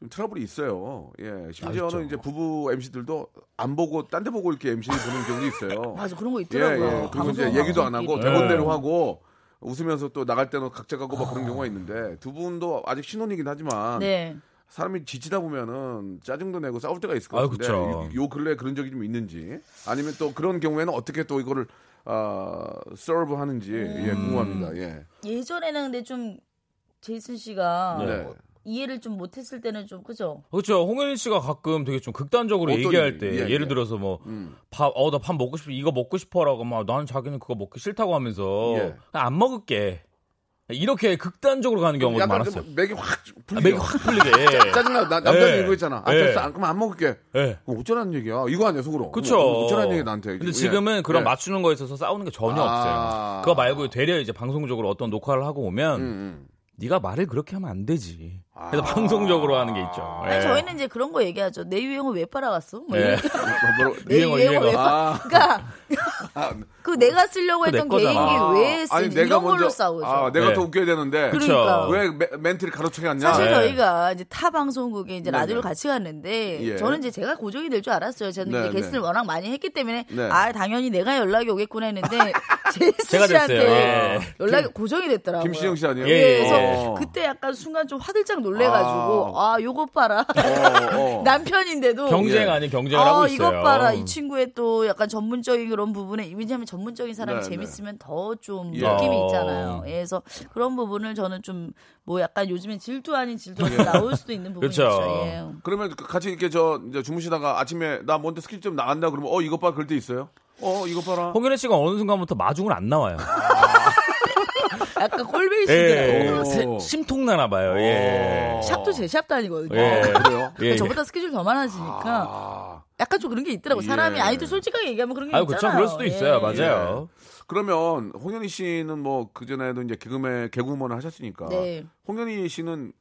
좀 트러블이 있어요. 예, 심지어는
있죠.
이제 부부 MC들도 안 보고 딴 데 보고 이렇게 MC 보는 경우도 있어요.
맞아 그런 거
예,
있더라고요
예. 그래서 이제
방송,
얘기도 안 하고
예.
방송끼리.
대본대로 하고 웃으면서 또 나갈 때는 각자 가고 막 그런 경우가 있는데 두 분도 아직 신혼이긴 하지만
네.
사람이 지치다 보면은 짜증도 내고 싸울 때가 있을 것
아유,
같은데
그쵸.
요- 요 근래 에 그런 적이 좀 있는지 아니면 또 그런 경우에는 어떻게 또 이거를 아 서브하는지
음.
예, 궁금합니다. 예.
예전에는 근데 좀 제이슨 씨가
네.
어, 이해를 좀 못했을 때는 좀 그죠?
그렇죠. 홍현희 씨가 가끔 되게 좀 극단적으로
어떤
얘기할
얘기?
때
예,
예,
예.
를 들어서 뭐
음.
밥, 어, 나 밥 먹고 싶어, 이거 먹고 싶어 라고 막 나는 자기는 그거 먹기 싫다고 하면서
예.
그냥 안 먹을게. 이렇게 극단적으로 가는 경우가
약간
많았어요.
좀 맥이 확 풀리게.
아, 맥이 확 풀리게.
짜- 짜증나. 나, 남자들
예.
이거 있잖아. 아,
예.
됐어. 안, 그럼 안 먹을게.
예.
그럼 어쩌라는 얘기야. 이거 아니야, 속으로.
그쵸.
어, 어쩌라는 얘기 나한테. 예.
근데 지금은 그런 맞추는 거에 있어서 싸우는 게 전혀
아.
없어요. 그거 말고 되려 이제 방송적으로 어떤 녹화를 하고
음,
오면 네가 말을 그렇게 하면 안 되지. 그래서
아.
방송적으로 하는 게 있죠. 예.
아니, 저희는 이제 그런 거 얘기하죠. 내 유행을 왜 팔아왔어? 뭐
예.
이런
네,
내
유행어,
유행을
유행어.
왜 팔아?
아.
그러니까 그 내가 쓰려고
그거 내
했던
거잖아.
개인기 왜
아니,
쓰는지
내가
이런
먼저-
걸로 싸우죠.
아, 내가
네.
더 웃겨야 되는데.
그러니까.
왜 매- 멘트를 가로채게 냐
사실 저희가 이제 타 방송국에 이제
네. 네네.
라디오를 같이 갔는데
예.
저는 이제 제가 고정이 될 줄 알았어요. 저는 이제
네네.
게스트를 워낙 많이 했기 때문에
네.
아 당연히 내가 연락이 오겠구나 했는데 제스
제가 됐어요.
씨한테
아.
연락이 고정이 됐더라고요.
김신영 씨 아니에요?
예,
예, 그래서
어.
그때 약간 순간 좀 화들짝 놀래가지고 아, 요거 봐라
네.
어, 어.
남편인데도
경쟁
예.
아닌 경쟁을 하고
아,
있어요.
이것 봐라. 이 친구의 또 약간 전문적인 그런 부분에, 왜냐하면 전문적인 사람이
네, 네.
재밌으면 더 좀
예.
느낌이
어.
있잖아요. 예, 그래서 그런 부분을 저는 좀 뭐 약간 요즘엔 질투 아닌 질투가 좀 나올 수도 있는 부분이
그쵸.
있죠. 예.
그러면 그- 같이 이렇게 저 이제 주무시다가 아침에 나 먼저 스킬 좀 나간다 그러면 어 이것 봐 그럴 때 있어요? 어 이것 봐라.
홍윤혜 씨가 어느 순간부터 마중을 안 나와요.
약간 꼴베이스. 어,
예.
오.
세- 심통 나나 봐요. 예.
어. 네,
샵도 제 샵도 아니거든요. 그러니까
예.
그래요?
예.
저보다 스케줄 더 많아지니까
아,
약간 좀 그런 게 있더라고.
예.
사람이 아이도 솔직하게 얘기하면 그런 게
아유, 그쵸.
있잖아요.
그럴 수도 있어요.
예.
맞아요.
그러면 홍현희 씨는 뭐 그전에도 이제 개그맨 개그우먼을 하셨으니까
네.
홍현희 씨는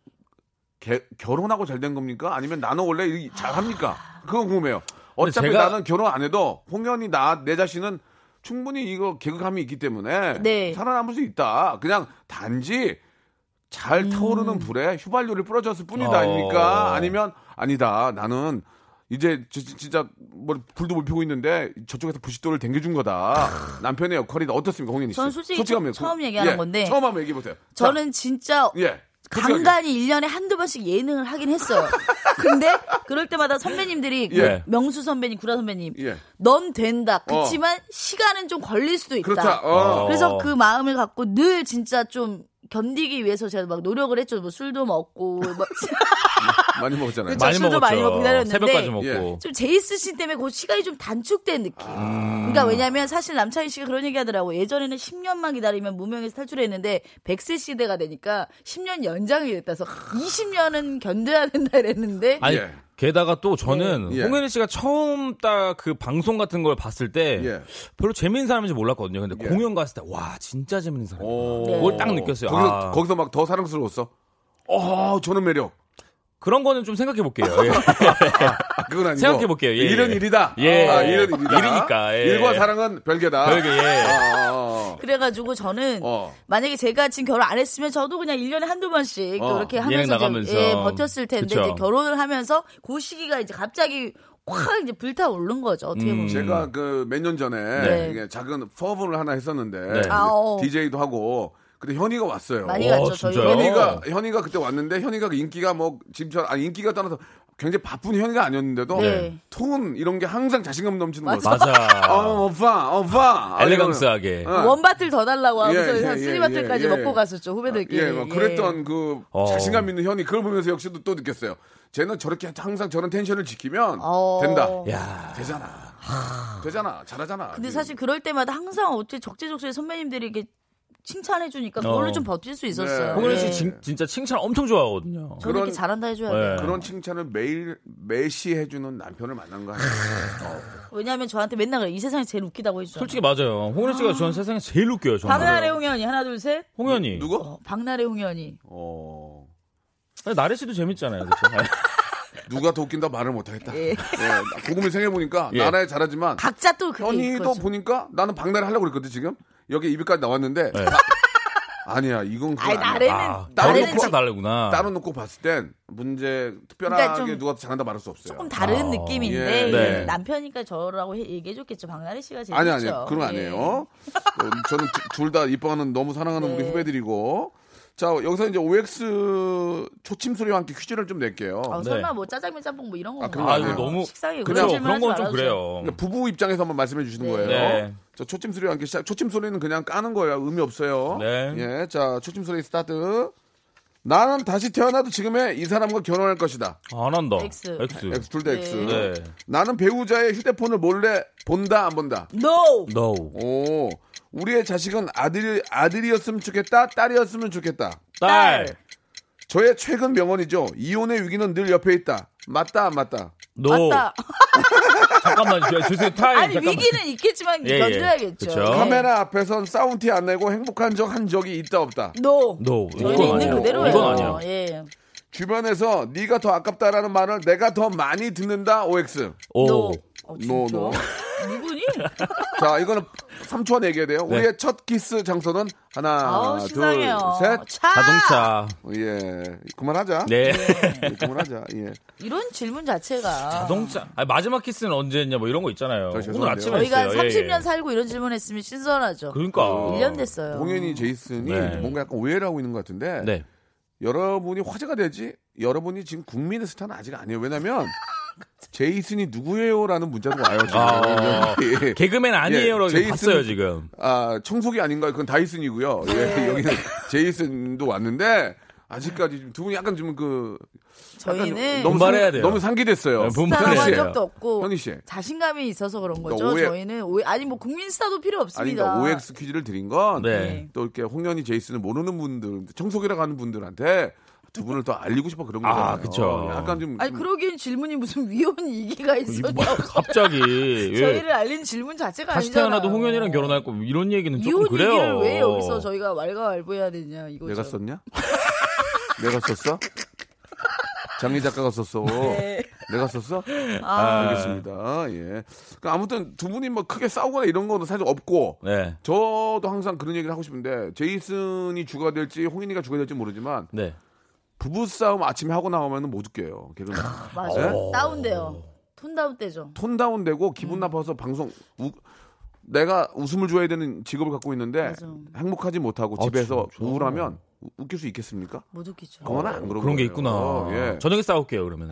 개- 결혼하고 잘 된 겁니까? 아니면 나는 원래 이- 잘합니까? 그건 궁금해요. 어차피
제가-
나는 결혼 안 해도 홍현이 나 내 자신은 충분히 이거 개그감이 있기 때문에
네.
살아남을 수 있다. 그냥 단지 잘
음.
타오르는 불에 휘발유를 뿌려줬을 뿐이다
어.
아닙니까? 아니면 아니다 나는 이제 지- 지- 진짜 뭐 불도 못 피고 있는데 저쪽에서 부싯돌을 댕겨준 거다. 남편의 역할이 어떻습니까, 홍현이 씨?
전 솔직히
솔직하면
처- 처음
그-
얘기하는
예,
건데
처음 한번 얘기해 보세요.
저는 진짜
예. 솔직하게.
간간히 일년에 한두 번씩 예능을 하긴 했어요. 근데 그럴 때마다 선배님들이 그
예.
명수 선배님, 구라 선배님,
예.
넌 된다.
어.
그치만 시간은 좀 걸릴 수도 있다.
그렇다. 어.
그래서 그 마음을 갖고 늘 진짜 좀 견디기 위해서 제가 막 노력을 했죠. 뭐 술도 먹고 막
많이 먹었잖아요.
그쵸.
많이
술도
먹었죠.
많이 먹고 기다렸는데.
새벽까지 먹고.
예.
좀 제이스 씨 때문에 그 시간이 좀 단축된 느낌.
음.
그러니까 왜냐면 사실 남창희 씨가 그런 얘기 하더라고. 예전에는 10년만 기다리면 무명에서 탈출했는데 100세 시대가 되니까 10년 연장이 됐다서 20년은 견뎌야 된다 이랬는데
아니
예.
게다가 또 저는
예.
홍현희 씨가 처음 딱 그 방송 같은 걸 봤을 때
예.
별로 재밌는 사람인지 몰랐거든요. 근데
예.
공연 갔을 때 와 진짜 재밌는 사람.
오.
네. 그걸 딱 느꼈어요.
거기서,
아.
거기서 막 더 사랑스러웠어. 어, 저는 매력.
그런 거는 좀 생각해 볼게요. 예.
아, 그건 아니고.
생각해 볼게요. 예.
이런 일이다.
예.
아, 이런 일이다.
일이니까, 예.
일과 사랑은 별개다.
별개, 예.
아, 어,
그래가지고 저는
어.
만약에 제가 지금 결혼 안 했으면 저도 그냥 1년에 한두 번씩
어,
그렇게
예능
하면서, 좀,
나가면서.
예, 버텼을 텐데
그쵸.
이제 결혼을 하면서 그 시기가 이제 갑자기 확 이제 불타오른 거죠. 어떻게
음.
보면.
제가 그 몇 년 전에
네.
이게 작은 서브를 하나 했었는데
네.
아, 어.
DJ도 하고 근데 현이가 왔어요.
많이
오,
갔죠. 저희
진짜요?
현이가 현이가 그때 왔는데 현이가 그 인기가 뭐 지금 아니 인기가 떠나서 굉장히 바쁜 현이가 아니었는데도
네.
톤 이런 게 항상 자신감 넘치는 거였어요.
맞아.
어, 오빠, 오빠. 아,
엘레강스하게.
이거는- 어.
원바틀 더 달라고 하면서
예, 예,
쓰리바틀까지
예, 예.
먹고 갔었죠 후배들끼리.
예, 막 그랬던 그
어.
자신감 있는 현이 그걸 보면서 역시도 또 느꼈어요. 쟤는 저렇게 항상 저런 텐션을 지키면
어.
된다.
야.
되잖아. 되잖아. 잘하잖아.
근데 사실 그럴 때마다 항상 어떻게 적재적소에 선배님들이 이렇게 칭찬해 주니까 그걸로
어.
좀 버틸 수 있었어요.
네.
홍현희
예.
씨 진, 진짜 칭찬 엄청 좋아하거든요.
저는
그런-
이렇게 잘한다 해줘야
네.
돼요.
그런 칭찬을 매일 매시 해주는 남편을 만난 거 아니에요?
왜냐하면 저한테 맨날 그래 이 세상에 제일 웃기다고 해주죠.
솔직히 맞아요. 홍현희 씨가 저는 세상에 제일 웃겨요. 정말.
박나래 홍현이 하나 둘 셋.
홍현희.
누구?
어, 박나래 홍현이.
어.
아니, 나래 씨도 재밌잖아요. 그렇죠?
누가 더 웃긴다 말을 못하겠다.
예.
예. 고금을 생각해보니까
예.
나라에 잘하지만
각자 또 그게 그렇죠.
현이도
있거든.
보니까 나는 박나래 하려고 그랬거든 지금 여기 입까지 나왔는데
네.
아, 니야 이건 그건
아니
아니야.
나래는
아,
나래는
나래는 진짜
지-
다르구나.
따로 놓고 봤을 땐 문제 특별하게
그러니까 좀
누가 더 잘한다 말할 수 없어요.
조금 다른
아,
느낌인데
예.
얘는
네.
남편이니까 저라고 해- 얘기해줬겠죠. 박나래 씨가 제일
아니
웃죠.
아니요 그런 거
예.
아니에요. 어, 저는 둘 다 이뻐하는 너무 사랑하는 우리
네.
후배들이고 자 여기서 이제 OX 초침 소리와 함께 퀴즈를 좀 낼게요.
어,
네.
설마 뭐 짜장면 짬뽕 뭐 이런 거.
아, 그런 거
아,
아니에요.
이거 너무
식상해.
그렇죠.
질문
그런
하지
건 좀
말아주세요.
그래요.
그러니까 부부 입장에서 한번 말씀해 주시는
음. 네.
거예요.
네.
저 초침 소리와 함께 시작. 초침 소리는 그냥 까는 거예요. 의미 없어요.
네.
예, 자 초침 소리 스타트. 나는 다시 태어나도 지금의 이 사람과 결혼할 것이다.
아, 안 한다.
X.
X 둘다
네.
X.
네.
나는 배우자의 휴대폰을 몰래 본다 안 본다.
No.
No.
오, 우리의 자식은 아들이 아들이었으면 좋겠다, 딸이었으면 좋겠다.
딸.
저의 최근 명언이죠. 이혼의 위기는 늘 옆에 있다. 맞다, 안 맞다.
노. 맞다. 잠깐만 주세요. 타임.
아니 위기는 있겠지만
예, 예.
견뎌야겠죠.
카메라 앞에선 싸운 티 안 내고 행복한 적 한 적이 있다 없다.
노.
노.
저희는 있는 그대로예요. 예.
주변에서 네가 더 아깝다라는 말을 내가 더 많이 듣는다. OX.
오. 노.
어,
노, 노.
누구니?
자, 이거는 3초 안에 얘기해야 돼요.
네.
우리의 첫 키스 장소는 하나,
아우,
둘,
신나네요.
셋.
차! 자동차.
예. 그만하자.
네.
예, 그만하자. 예.
이런 질문 자체가
자동차. 아니, 마지막 키스는 언제였냐 뭐 이런 거 있잖아요. 오늘
죄송한데요.
아침에
저희가
했어요. 예,
30년
예.
살고 이런 질문 했으면 신선하죠.
그러니까.
1년 됐어요.
공연이 제이슨이
네.
뭔가 약간 오해를 하고 있는 것 같은데
네.
여러분이 화제가 되지 여러분이 지금 국민의 스타는 아직 아니에요. 왜냐면 제이슨이 누구예요라는 문자도 와요. 지금.
아,
예.
개그맨 아니에요라고
예,
봤어요
제이슨-
지금.
아 청소기 아닌가요? 그건 다이슨이고요.
네.
예, 여기는 제이슨도 왔는데 아직까지 지금 두 분이 약간 좀그
저희는
너무
분발해야
상-
돼요.
너무 상기됐어요.
네, 분발해야
스타라고 한
그래요.
적도 없고
현희 씨.
자신감이 있어서 그런 거죠.
그러니까 오해-
저희는 오해- 아니 뭐 국민 스타도 필요
아니
없습니다.
그러니까 OX 퀴즈를 드린 건 또
네.
이렇게 홍련이 제이슨을 모르는 분들 청소기라고 하는 분들한테 두 분을 더 알리고 싶어 그런
아,
거잖아요.
그쵸.
약간 좀
아니, 그러기엔 질문이 무슨 위험 이기가 있어요.
뭐,
뭐, 갑자기
예.
왜
저희를 알린 질문 자체가
다시
아니잖아요.
태어나도 홍현이랑 결혼할 거뭐 이런 얘기는 조금
이혼
그래요.
얘기를 왜 여기서 저희가 왈가왈부해야 되냐 이거죠.
내가 썼냐? 내가 썼어? 장미 작가가 썼어. 내가 썼어?
네. 아.
알겠습니다. 예. 그러니까 아무튼 두 분이 뭐 크게 싸우거나 이런 거는 사실 없고
네.
저도 항상 그런 얘기를 하고 싶은데 제이슨이 주가 될지 홍인이가 주가 될지 모르지만
네.
부부 싸움 아침에 하고 나오면은 못 웃겨요. 걔는
맞아.
어.
요 다운돼요. 톤 다운 때죠.
톤 다운되고
음.
기분 나빠서 방송 우- 내가 웃음을 줘야 되는 직업을 갖고 있는데
맞아.
행복하지 못하고
아,
집에서
진짜?
우울하면 우- 웃길 수 있겠습니까?
못 웃기죠.
그건 안 그런
그런 게
거예요.
있구나.
어, 예.
저녁에 싸울게요 그러면.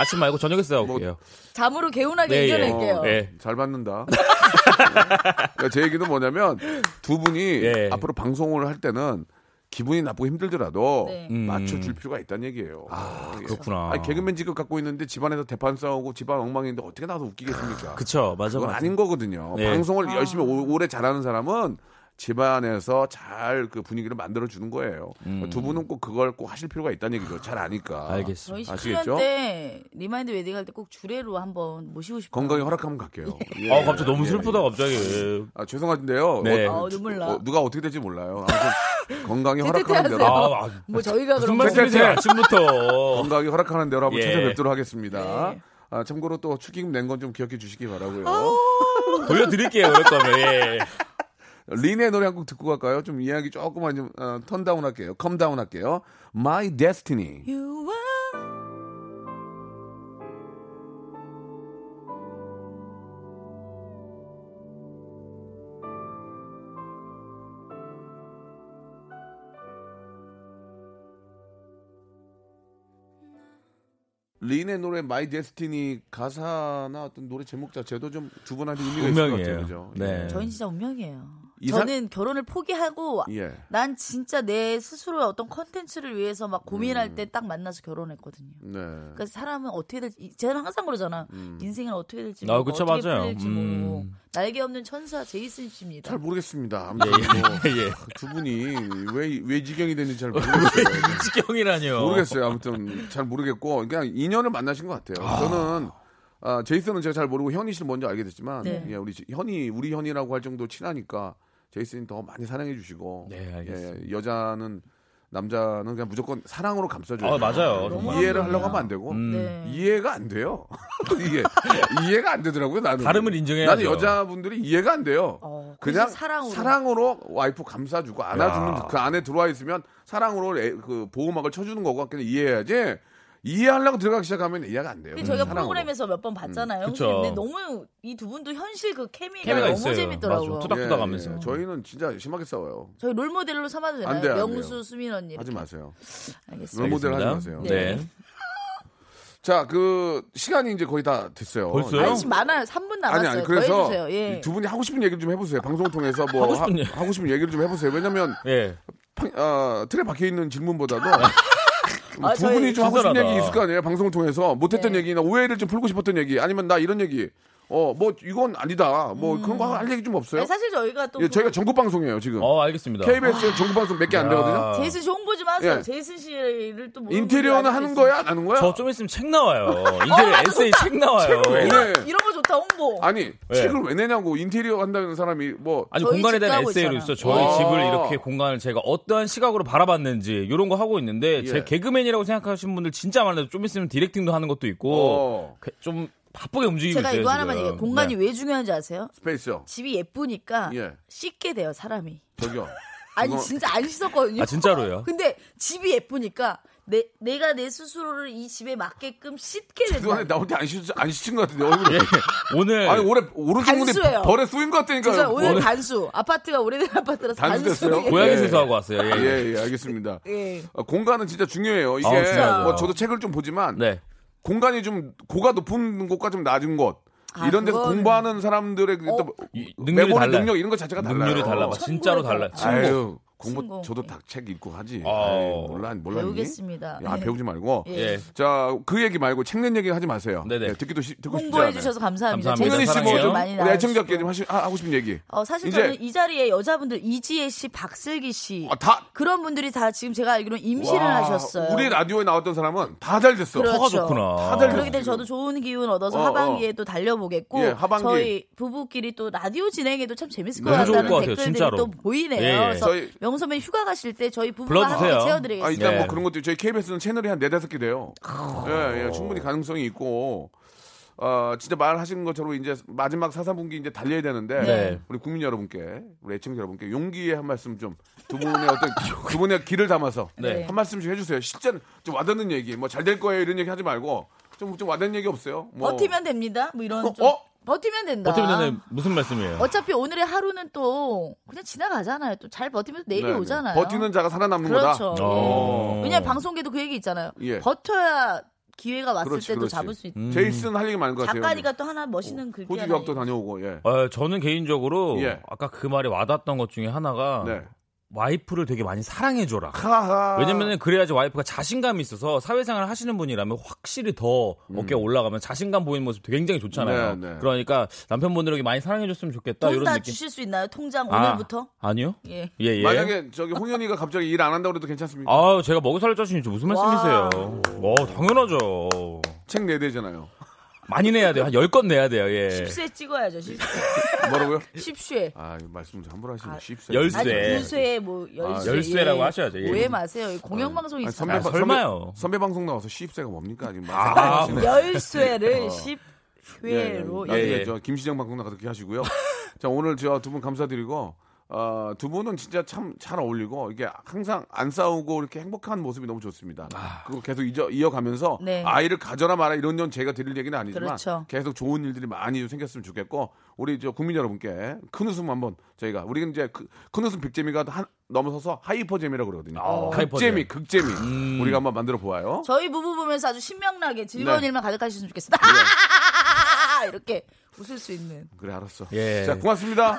아침 말고
뭐,
저녁에 싸울게요.
잠으로 개운하게
네, 예.
이겨낼게요.
어, 예.
잘 받는다. 그러니까 제 얘기는 뭐냐면 두 분이
예.
앞으로 방송을 할 때는 기분이 나쁘고 힘들더라도
네.
음.
맞춰줄 필요가 있다는 얘기예요. 아,
그렇구나.
아니, 개그맨 직업 갖고 있는데 집안에서 대판 싸우고 집안 엉망인데 어떻게 나와서 웃기겠습니까?
그쵸 맞아
그건
맞아.
아닌 거거든요.
네.
방송을 열심히 오- 오래 잘하는 사람은 집안에서 잘 그 분위기를 만들어 주는 거예요. 두 분은 꼭 그걸 꼭 하실 필요가 있다는 얘기죠. 잘 아니까.
음. 알겠습니다.
저희 17년
아시겠죠?
때 리마인드 웨딩 할 때 꼭 주례로 한번 모시고 싶어요.
건강에 허락하면 갈게요. 예.
아 갑자기 너무
예,
슬프다
예.
갑자기.
아 죄송한데요.
네.
아, 눈물 나.
누가 어떻게 될지 몰라요. 아무튼 건강이 허락하는
찌릿해하세요.
대로
아, 아,
뭐 저희가
무슨
그런
말씀이세요
거.
아침부터.
건강이 허락하는 대로 한번
예.
찾아뵙도록 하겠습니다.
네. 아.
아, 참고로 또 축의금 낸 건 좀 기억해 주시기 바라고요.
돌려드릴게요 그럴 거면. 예.
린의 노래 한 곡 듣고 갈까요? 좀 이야기 조금만 좀 어, 턴다운 할게요. 컴다운 할게요. My Destiny.
You are
린의 노래 My Destiny 가사나 어떤 노래 제목 자체도 좀 두 분한테 의미가 있을
운명이에요.
것 같아요. 그죠? 예.
네.
저희는 진짜 운명이에요.
이상-
저는 결혼을 포기하고
예.
난 진짜 내 스스로의 어떤 컨텐츠를 위해서 막 고민할 때 딱 만나서 결혼했거든요.
네.
그러니까 사람은 어떻게 될지 제가 항상 그러잖아.
음.
인생은 어떻게 될지
아,
모르고
그쵸,
어떻게
맞아요.
풀릴지
음.
모르고 날개 없는 천사 제이슨 씨입니다.
잘 모르겠습니다. 아무튼 뭐
예.
두 분이 왜, 왜 지경이 됐는지 잘 모르겠어요.
직경이라뇨.
그러니까. 모르겠어요. 아무튼 잘 모르겠고 그냥 인연을 만나신 것 같아요. 저는 아, 제이슨은 제가 잘 모르고 현희 씨를 먼저 알게 됐지만
네.
예, 우리 지- 현희 우리 현희라고 할 정도 친하니까 제이슨이 더 많이 사랑해 주시고
네, 알겠습니다.
예, 여자는 남자는 그냥 무조건 사랑으로 감싸줘요.
아, 맞아요. 정말. 음.
이해를 하려고 하면 안 되고
네.
음, 이해가 안 돼요. 이게 이해가 안 되더라고요. 나는
다름을 인정해야죠.
나는 여자분들이 이해가 안 돼요.
어,
그냥
그래서 사랑으로.
사랑으로 와이프 감싸주고 안아주는 그 안에 들어와 있으면 사랑으로 애- 그 보호막을 쳐주는 거고 그냥 이해해야지 이해하려고 들어가기 시작하면 이해가 안 돼요.
근데 저희가
사랑으로.
프로그램에서 몇 번 봤잖아요.
그쵸.
근데 너무 이 두 분도 현실 그 케미가,
케미가
너무
있어요.
재밌더라고요.
맞아. 투닥-
예,
딱딱하면서.
예. 저희는 진짜 심하게 싸워요.
저희 롤 모델로 삼아도 되나요?
안 돼요, 안 돼요.
명수, 수민 언니.
하지 마세요.
알겠습니다.
롤 모델 하지
알겠습니다.
마세요.
네.
자, 그 시간이 이제 거의 다 됐어요.
벌써요?
아니, 지금 많아요. 3분
아니
남았어요.
아니
더
그래서
해주세요. 예.
두 분이 하고 싶은 얘기를 좀 해보세요. 방송 을 통해서 뭐
하고 싶은 얘기.
하, 고 싶은 얘기를 좀 해보세요. 왜냐면
예.
파- 어, 틀에 박혀 있는 질문보다도
아,
두
저희 네.
분이 좀 하고 싶은
친절하다.
얘기 있을 거 아니에요. 방송을 통해서 못했던 얘기나 오해를 좀 풀고 싶었던 얘기 아니면 나 이런 얘기 어, 뭐 이건 아니다. 뭐 그런 거 할 얘기 좀 없어요?
음. 아니, 사실 저희가 또
예, 저희가 전국 방송이에요 지금.
어, 알겠습니다.
KBS 는 전국 방송 몇 개 안 되거든요.
제이슨 씨 홍보 좀 하세요.
예.
제이슨 씨를 또 아, 모르는 분들이
인테리어는
많이
하는 거야? 안 하는 거야?
저 좀 있으면 책 나와요.
아,
인테리어 에세이 책 나와요.
책을 왜 내?
계시죠. 이런 거 좋다 홍보.
아니 책을 왜 내냐고 인테리어 한다는 사람이 뭐
아니
저희
공간에
집
대한
가고
에세이로
있잖아.
있어 저희
아.
집을 이렇게 공간을 제가 어떠한 시각으로 바라봤는지 이런 거 하고 있는데
예.
제 개그맨이라고 생각하시는 분들 진짜 많아요. 좀 있으면 디렉팅도 하는 것도 있고
어.
그- 좀 바쁘게 움직이고
제가
있어요.
이거 하나만
지금.
얘기해. 공간이
네.
왜 중요한지 아세요?
스페이스요.
집이 예쁘니까
예.
씻게 돼요 사람이.
저기요.
아니
그거-
진짜 안 씻었거든요. 그
아, 진짜로요?
근데 집이 예쁘니까 내 내가 내 스스로를 이 집에 맞게끔 씻게
그동안에
된다.
나한테 안, 씻, 안 씻은 것 같은데 얼굴이.
오늘
아니 올해 오른쪽 눈이
단수예요.
벌에 쏘인 것 같다니까요.
진짜 오늘
어,
단수 아파트가 오래된 아파트라서
단수
단수.
됐어요?
고양이
예.
세수하고 왔어요. 예, 예.
예, 예, 알겠습니다.
예.
어, 공간은 진짜 중요해요. 이게
아, 중요하죠.
뭐 저도 책을 좀 보지만
네.
공간이 좀 고가 높은 곳과 좀 낮은 곳
아,
이런 데서
그거는-
공부하는 사람들의 그
어.
또
이- 능률이
매몰
달라요.
능력 이런 거 자체가 달라요.
능률이 달라. 진짜로 달라.
아유 공부
친구.
저도 다 책 읽고 하지.
아.
아이, 몰라 몰라.
배우겠습니다.
아
네.
배우지 말고.
예.
예.
자 그 얘기 말고 책는 얘기 하지 마세요.
네네.
예, 듣기도 시, 듣고 싶지 않아요.
홍보해 주셔서 감사합니다.
감사합니다.
홍현희
제가
사랑해요.
지금
씨뭐
많이
우리 애청자께
나와주시고.
좀 하시, 하- 하고 싶은 얘기.
어, 사실
이제-
저는 이 자리에 여자분들 이지혜 씨, 박슬기 씨
아, 다
그런 분들이 다 지금 제가 알기로는 임신을
와,
하셨어요. 그렇죠.
우리 라디오에 나왔던 사람은 다 잘 됐어.
허가
아,
좋구나.
다들
그렇기 때문에 저도 좋은 기운 얻어서
어,
하반기에 또 달려보겠고
예, 하반기.
저희 부부끼리 또 라디오 진행에도 참 재밌을 것
너무 좋을
같다는
것 같아요,
댓글들이
진짜로.
또 보이네요.
예, 예.
그래서
저희-
명소면 휴가 가실 때 저희 부부가
불러주세요.
함께
아,
채워드리겠습니다.
일단
예.
뭐 그런 것도 저희 KBS는 채널이 한 네다섯 개 돼요. 예, 예, 충분히 가능성이 있고. 어, 진짜 말하신 것처럼 이제 마지막 사사분기 이제 달려야 되는데
네.
우리 국민 여러분께 우리 애청자 여러분께 용기의 한 말씀 좀 두 분의 어떤 두 분의 길을 담아서
네.
한 말씀 좀 해주세요. 실제 좀 와닿는 얘기 뭐 잘 될 거예요 이런 얘기 하지 말고 좀 좀 와닿는 얘기 없어요? 뭐
버티면 됩니다. 뭐 이런
어,
좀
어?
버티면 된다.
어떻게 되는 무슨 말씀이에요?
어차피 오늘의 하루는 또 그냥 지나가잖아요. 또 잘 버티면 또 내일이
네, 네.
오잖아요.
버티는 자가 살아남는
그렇죠.
거다.
어.
왜냐 면 방송계도 그 얘기 있잖아요.
예.
버텨야 기회가 왔을
그렇지,
때도
그렇지. 음,
잡을 수 있다.
음.
제이슨 할 얘기 많은 것 같아요. 네.
작가니까 또 하나 멋있는 그 글귀
어, 호주
하나
유학도 다녀오고 예.
어, 저는 개인적으로
예.
아까 그 말이 와닿았던 것 중에 하나가
네.
와이프를 되게 많이 사랑해줘라.
하하.
왜냐면은 그래야지 와이프가 자신감이 있어서 사회생활 하시는 분이라면 확실히 더 어깨 가 올라가면 자신감 보이는 모습 되게 굉장히 좋잖아요.
음. 네, 네.
그러니까 남편분들에게 많이 사랑해줬으면 좋겠다
돈
이런
다
느낌.
주실 수 있나요? 통장
아,
오늘부터?
아니요?
예.
예, 예.
만약에 저기 홍현이가 갑자기 일 안 한다고 해도 괜찮습니까?
아, 제가 먹여 살릴 자신이 무슨 말씀이세요?
와.
어, 당연하죠.
책 내대잖아요.
많이 내야 돼요. 한 10건 내야 돼요. 예.
10세 찍어야죠. 10세.
뭐라고요?
10세.
아, 이거 말씀 좀 함부로 하시면 쉽세.
열쇠.
아니
네.
9세 뭐 10세.
열쇠라고 하셔야죠, 예.
오해 마세요. 이 공영방송이 있어요.
아, 설마요.
선배, 선배 방송 나와서 쉽세가 뭡니까? 지금
아,
말씀
열쇠를 10회로
어. 예,
예,
예.
예.
저 김시장 방송 나가서 그렇게 하시고요. 자, 오늘 저 두 분 감사드리고 어, 두 분은 진짜 참 잘 어울리고 이게 항상 안 싸우고 이렇게 행복한 모습이 너무 좋습니다. 그거 계속 이어, 이어가면서
네.
아이를 가져라 마라 이런 건 제가 드릴 얘기는 아니지만
그렇죠.
계속 좋은 일들이 많이 좀 생겼으면 좋겠고 우리 저 국민 여러분께 큰 웃음 한번 저희가 우리 이제 그, 큰 웃음 빅재미가 한, 넘어서서 하이퍼 재미라고 그러거든요.
하이퍼
극재미, 극재미 우리가 한번 만들어 보아요.
저희 부부 보면서 아주 신명나게 즐거운
네.
일만 가득하셨으면 좋겠습니다. 이렇게 웃을 수 있는.
그래 알았어.
예.
자 고맙습니다.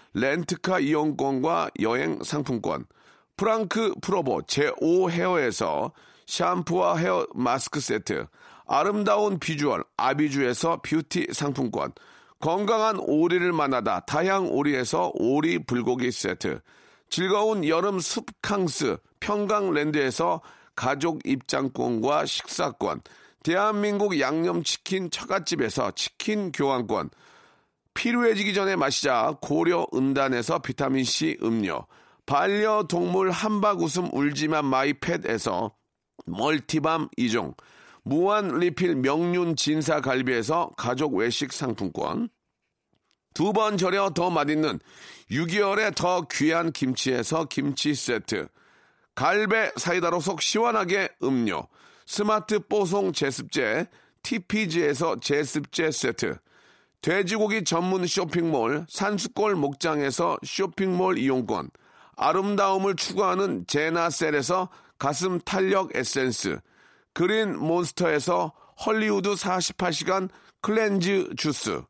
렌트카 이용권과 여행 상품권, 프랑크 프로보 제5 헤어에서 샴푸와 헤어 마스크 세트, 아름다운 비주얼 아비주에서 뷰티 상품권, 건강한 오리를 만나다 다양 오리에서 오리 불고기 세트, 즐거운 여름 숲캉스 평강랜드에서 가족 입장권과 식사권, 대한민국 양념치킨 처갓집에서 치킨 교환권, 필요해지기 전에 마시자 고려 은단에서 비타민C 음료, 반려동물 한박 웃음 울지만 마이팻에서 멀티밤 이종 무한 리필 명륜 진사 갈비에서 가족 외식 상품권, 두 번 절여 더 맛있는 6개월에 더 귀한 김치에서 김치 세트, 갈배 사이다로 속 시원하게 음료, 스마트 뽀송 제습제, TPG에서 제습제 세트, 돼지고기 전문 쇼핑몰 산수골 목장에서 쇼핑몰 이용권, 아름다움을 추구하는 제나셀에서 가슴 탄력 에센스, 그린 몬스터에서 헐리우드 48시간 클렌즈 주스,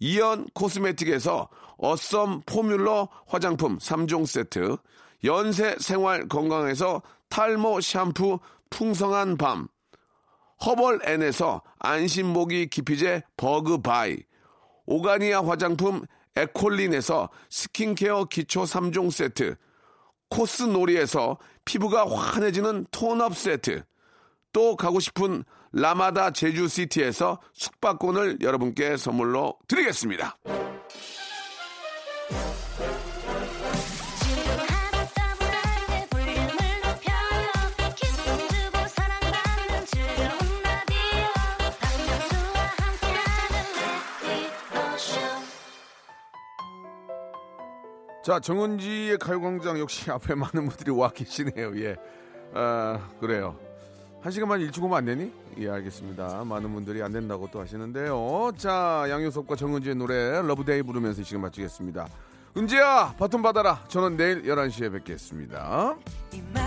이연 코스메틱에서 어썸 포뮬러 화장품 3종 세트, 연세 생활 건강에서 탈모 샴푸 풍성한 밤, 허벌앤에서 안심모기 기피제 버그바이 오가니아 화장품 에콜린에서 스킨케어 기초 3종 세트 코스놀이에서 피부가 환해지는 톤업 세트 또 가고 싶은 라마다 제주시티에서 숙박권을 여러분께 선물로 드리겠습니다 자, 정은지의 가요광장 역시 앞에 많은 분들이 와 계시네요. 예. 아, 그래요. 한 시간만 일찍 오면 안 되니? 예, 알겠습니다. 많은 분들이 안 된다고 또 하시는데요. 자, 양효섭과 정은지의 노래 러브데이 부르면서 이 시간 마치겠습니다. 은지야, 바톤 받아라. 저는 내일 11시에 뵙겠습니다.
이 말